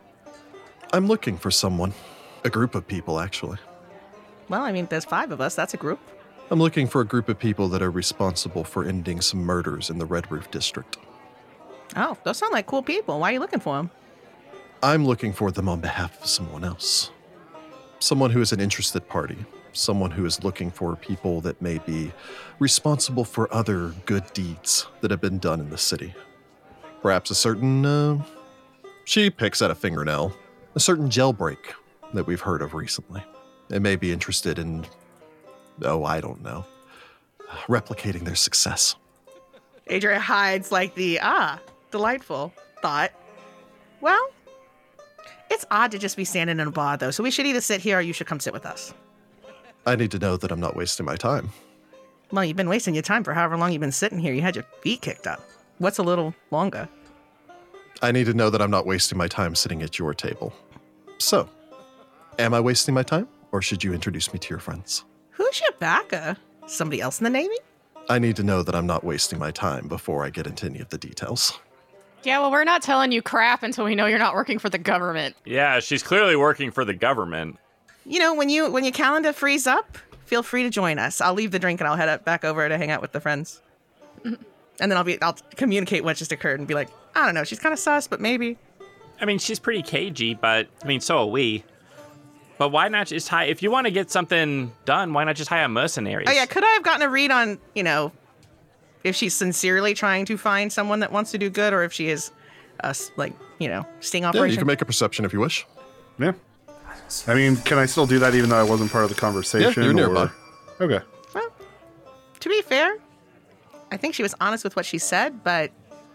Speaker 1: I'm looking for someone, a group of people, actually.
Speaker 5: Well, I mean, there's five of us. That's a group.
Speaker 1: I'm looking for a group of people that are responsible for ending some murders in the Red Roof District.
Speaker 5: Oh, those sound like cool people. Why are you looking for them?
Speaker 1: I'm looking for them on behalf of someone else. Someone who is an interested party. Someone who is looking for people that may be responsible for other good deeds that have been done in the city. Perhaps a certain. Uh, she picks at a fingernail. A certain jailbreak that we've heard of recently. And may be interested in. Oh, I don't know. Replicating their success.
Speaker 5: Adria hides like the ah, delightful thought. Well, it's odd to just be standing in a bar though, so we should either sit here or you should come sit with us.
Speaker 1: I need to know that I'm not wasting my time.
Speaker 5: Well, you've been wasting your time for however long you've been sitting here. You had your feet kicked up. What's a little longer?
Speaker 1: I need to know that I'm not wasting my time sitting at your table. So, am I wasting my time, or should you introduce me to your friends?
Speaker 5: Who's your backer? Somebody else in the Navy?
Speaker 1: I need to know that I'm not wasting my time before I get into any of the details.
Speaker 3: Yeah, well, we're not telling you crap until we know you're not working for the government.
Speaker 2: Yeah, she's clearly working for the government.
Speaker 5: You know, when you when your calendar frees up, feel free to join us. I'll leave the drink and I'll head up back over to hang out with the friends. And then I'll be I'll communicate what just occurred and be like, I don't know, she's kind of sus, but maybe.
Speaker 2: I mean, she's pretty cagey, but I mean, so are we. But why not just hire? If you want to get something done, why not just hire mercenaries?
Speaker 5: Oh yeah, could I have gotten a read on, you know, if she's sincerely trying to find someone that wants to do good or if she is us like, you know, sting
Speaker 1: Yeah, you
Speaker 5: operation?
Speaker 1: can make a perception if you wish.
Speaker 4: Yeah. I mean, can I still do that even though I wasn't part of the conversation?
Speaker 1: Yeah, you're nearby.
Speaker 4: Or... Okay.
Speaker 5: well, to be fair, I think she was honest with what she said, but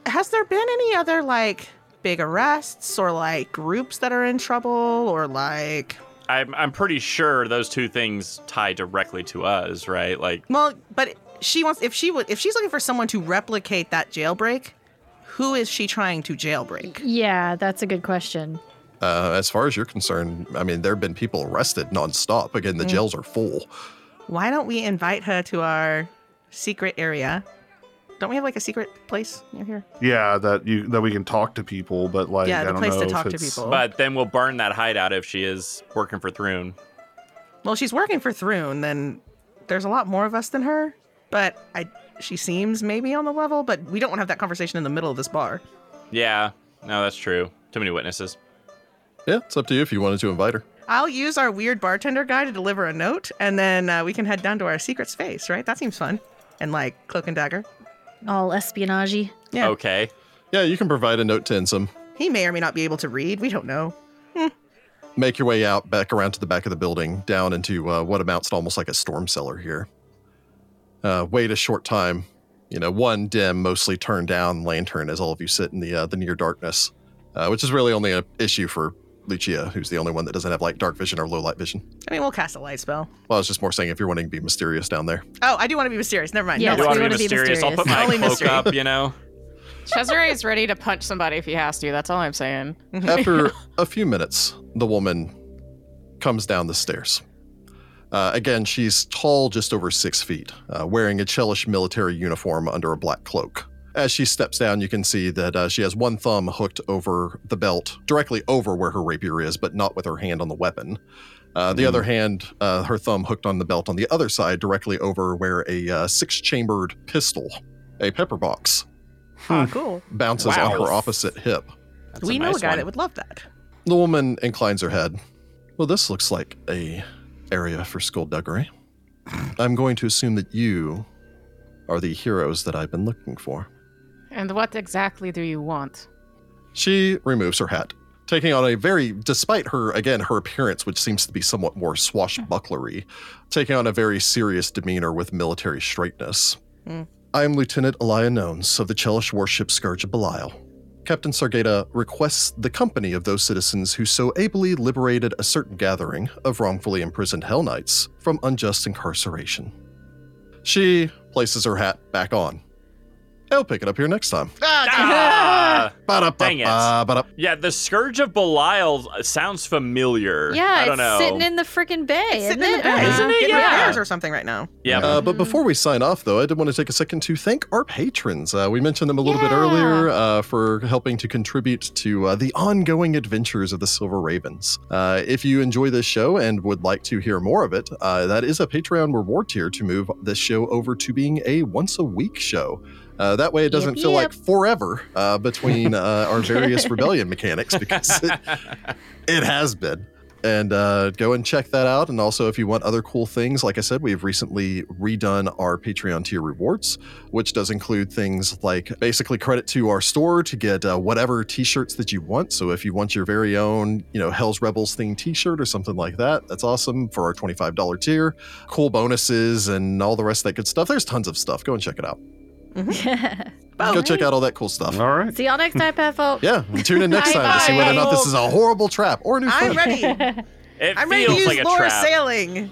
Speaker 5: has there been any other like big arrests or like groups that are in trouble or like
Speaker 2: I'm, I'm pretty sure those two things tie directly to us, right? Like,
Speaker 5: Well, but she wants if she would if she's looking for someone to replicate that jailbreak, who is she trying to jailbreak?
Speaker 6: Yeah, that's a good question.
Speaker 1: Uh, as far as you're concerned, I mean, there have been people arrested nonstop. Again, the jails are full.
Speaker 5: Why don't we invite her to our secret area? Don't we have like a secret place near here?
Speaker 4: Yeah, that you that we can talk to people, but like
Speaker 5: yeah,
Speaker 4: I
Speaker 5: the
Speaker 4: don't
Speaker 5: place
Speaker 4: know
Speaker 5: to
Speaker 4: if
Speaker 5: talk to
Speaker 4: it's-
Speaker 5: people.
Speaker 2: but then we'll burn that hideout if she is working for Thrun.
Speaker 5: well, she's working for Thrun, then there's a lot more of us than her. But I she seems maybe on the level, but we don't want to have that conversation in the middle of this bar.
Speaker 2: Yeah, no, that's true. Too many witnesses.
Speaker 1: Yeah, it's up to you if you wanted to invite her.
Speaker 5: I'll use our weird bartender guy to deliver a note, and then uh, we can head down to our secret space, right? That seems fun. And like cloak and dagger.
Speaker 6: All espionage.
Speaker 5: Yeah.
Speaker 2: Okay.
Speaker 1: Yeah, you can provide a note to Ensom.
Speaker 5: He may or may not be able to read. We don't know.
Speaker 1: Make your way out, back around to the back of the building, down into uh, what amounts to almost like a storm cellar here. Uh, wait a short time. You know, one dim, mostly turned down lantern as all of you sit in the uh, the near darkness, uh, which is really only an issue for Lucia, who's the only one that doesn't have like dark vision or low light vision.
Speaker 5: I mean, we'll cast a light spell.
Speaker 1: Well, I was just more saying if you're wanting to be mysterious down there.
Speaker 5: Oh, I do want to be mysterious. Never mind.
Speaker 6: Yeah,
Speaker 2: you
Speaker 5: no,
Speaker 6: we
Speaker 2: want to
Speaker 6: wanna
Speaker 2: be
Speaker 6: be
Speaker 2: mysterious? I'll put my
Speaker 5: mysterious. Only
Speaker 2: cloak
Speaker 5: mystery.
Speaker 2: up. You know.
Speaker 3: Cesare is ready to punch somebody if he has to. That's all I'm saying.
Speaker 1: After a few minutes, the woman comes down the stairs. Uh, again, she's tall, just over six feet, uh, wearing a chellish military uniform under a black cloak. As she steps down, you can see that uh, she has one thumb hooked over the belt, directly over where her rapier is, but not with her hand on the weapon. Uh, the other hand, uh, her thumb hooked on the belt on the other side, directly over where a uh, six chambered pistol, a pepper box,
Speaker 5: Ah,
Speaker 6: Hmm.
Speaker 5: cool.
Speaker 1: bounces on
Speaker 2: Wow.
Speaker 1: her opposite hip.
Speaker 2: That's
Speaker 5: We know
Speaker 2: nice
Speaker 5: a guy
Speaker 2: one.
Speaker 5: that would love that.
Speaker 1: The woman inclines her head. Well, this looks like a area for skullduggery. I'm going to assume that you are the heroes that I've been looking for.
Speaker 3: And what exactly do you want?
Speaker 1: She removes her hat, taking on a very, despite her, again, her appearance, which seems to be somewhat more swashbucklery, taking on a very serious demeanor with military straightness.
Speaker 5: Hmm.
Speaker 1: I'm Lieutenant Elia Nones of the Chelish warship Scourge of Belial. Captain Sargata requests the company of those citizens who so ably liberated a certain gathering of wrongfully imprisoned Hell Knights from unjust incarceration. She places her hat back on. I'll pick it up here next time.
Speaker 2: Ah! Dang it.
Speaker 1: Ba-da-ba-ba-ba-da-
Speaker 2: yeah, the scourge of Belial sounds familiar.
Speaker 6: Yeah,
Speaker 2: I
Speaker 6: it's
Speaker 2: don't know.
Speaker 6: sitting in the freaking bay.
Speaker 5: It's
Speaker 6: isn't
Speaker 5: sitting in the
Speaker 6: it?
Speaker 5: bag,
Speaker 6: Uh-huh.
Speaker 2: Isn't it?
Speaker 5: getting
Speaker 2: Yeah.
Speaker 5: repairs or something right now.
Speaker 2: Yep.
Speaker 1: Uh, but before we sign off, though, I did want to take a second to thank our patrons. Uh, we mentioned them a little bit
Speaker 6: Yeah.
Speaker 1: earlier uh, for helping to contribute to uh, the ongoing adventures of the Silver Ravens. Uh, if you enjoy this show and would like to hear more of it, uh, that is a Patreon reward tier to move this show over to being a once a week show. Uh, that way, it doesn't
Speaker 6: Yep,
Speaker 1: feel
Speaker 6: yep.
Speaker 1: like forever uh, between uh, our various rebellion mechanics because it, it has been and uh, go and check that out. And also, if you want other cool things, like I said, we've recently redone our Patreon tier rewards, which does include things like basically credit to our store to get uh, whatever T-shirts that you want. So if you want your very own, you know, Hell's Rebels themed T-shirt or something like that, that's awesome for our twenty-five dollar tier. Cool bonuses and all the rest of that good stuff. There's tons of stuff. Go and check it out.
Speaker 5: All
Speaker 1: go check out all that cool stuff.
Speaker 4: All right.
Speaker 6: See y'all next time, Pat folks.
Speaker 1: Yeah, tune in next time to see whether or not this is a horrible trap or a new
Speaker 5: I'm
Speaker 1: friend.
Speaker 5: ready.
Speaker 2: it
Speaker 5: I'm ready to
Speaker 2: feels
Speaker 5: use
Speaker 2: like a
Speaker 5: lore
Speaker 2: trap.
Speaker 5: sailing.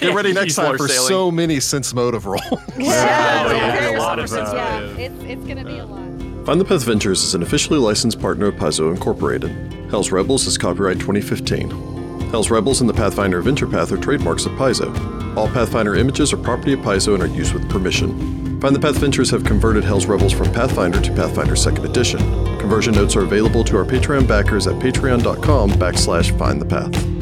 Speaker 1: Get ready next
Speaker 2: He's
Speaker 1: time
Speaker 2: lore
Speaker 1: for
Speaker 2: sailing.
Speaker 1: so many sense motive rolls.
Speaker 2: Oh, Yeah,
Speaker 5: Yeah.
Speaker 2: there's a lot of uh,
Speaker 5: Yeah.
Speaker 2: that.
Speaker 6: Yeah, uh, it's, it's going to be a lot.
Speaker 1: Find the Path Ventures is an officially licensed partner of Paizo Incorporated. Hell's Rebels is copyright 2015. Hell's Rebels and the Pathfinder Adventure Path are trademarks of Paizo. All Pathfinder images are property of Paizo and are used with permission. Find the Path Ventures have converted Hell's Rebels from Pathfinder to Pathfinder 2nd Edition. Conversion notes are available to our Patreon backers at patreon.com backslash find the path.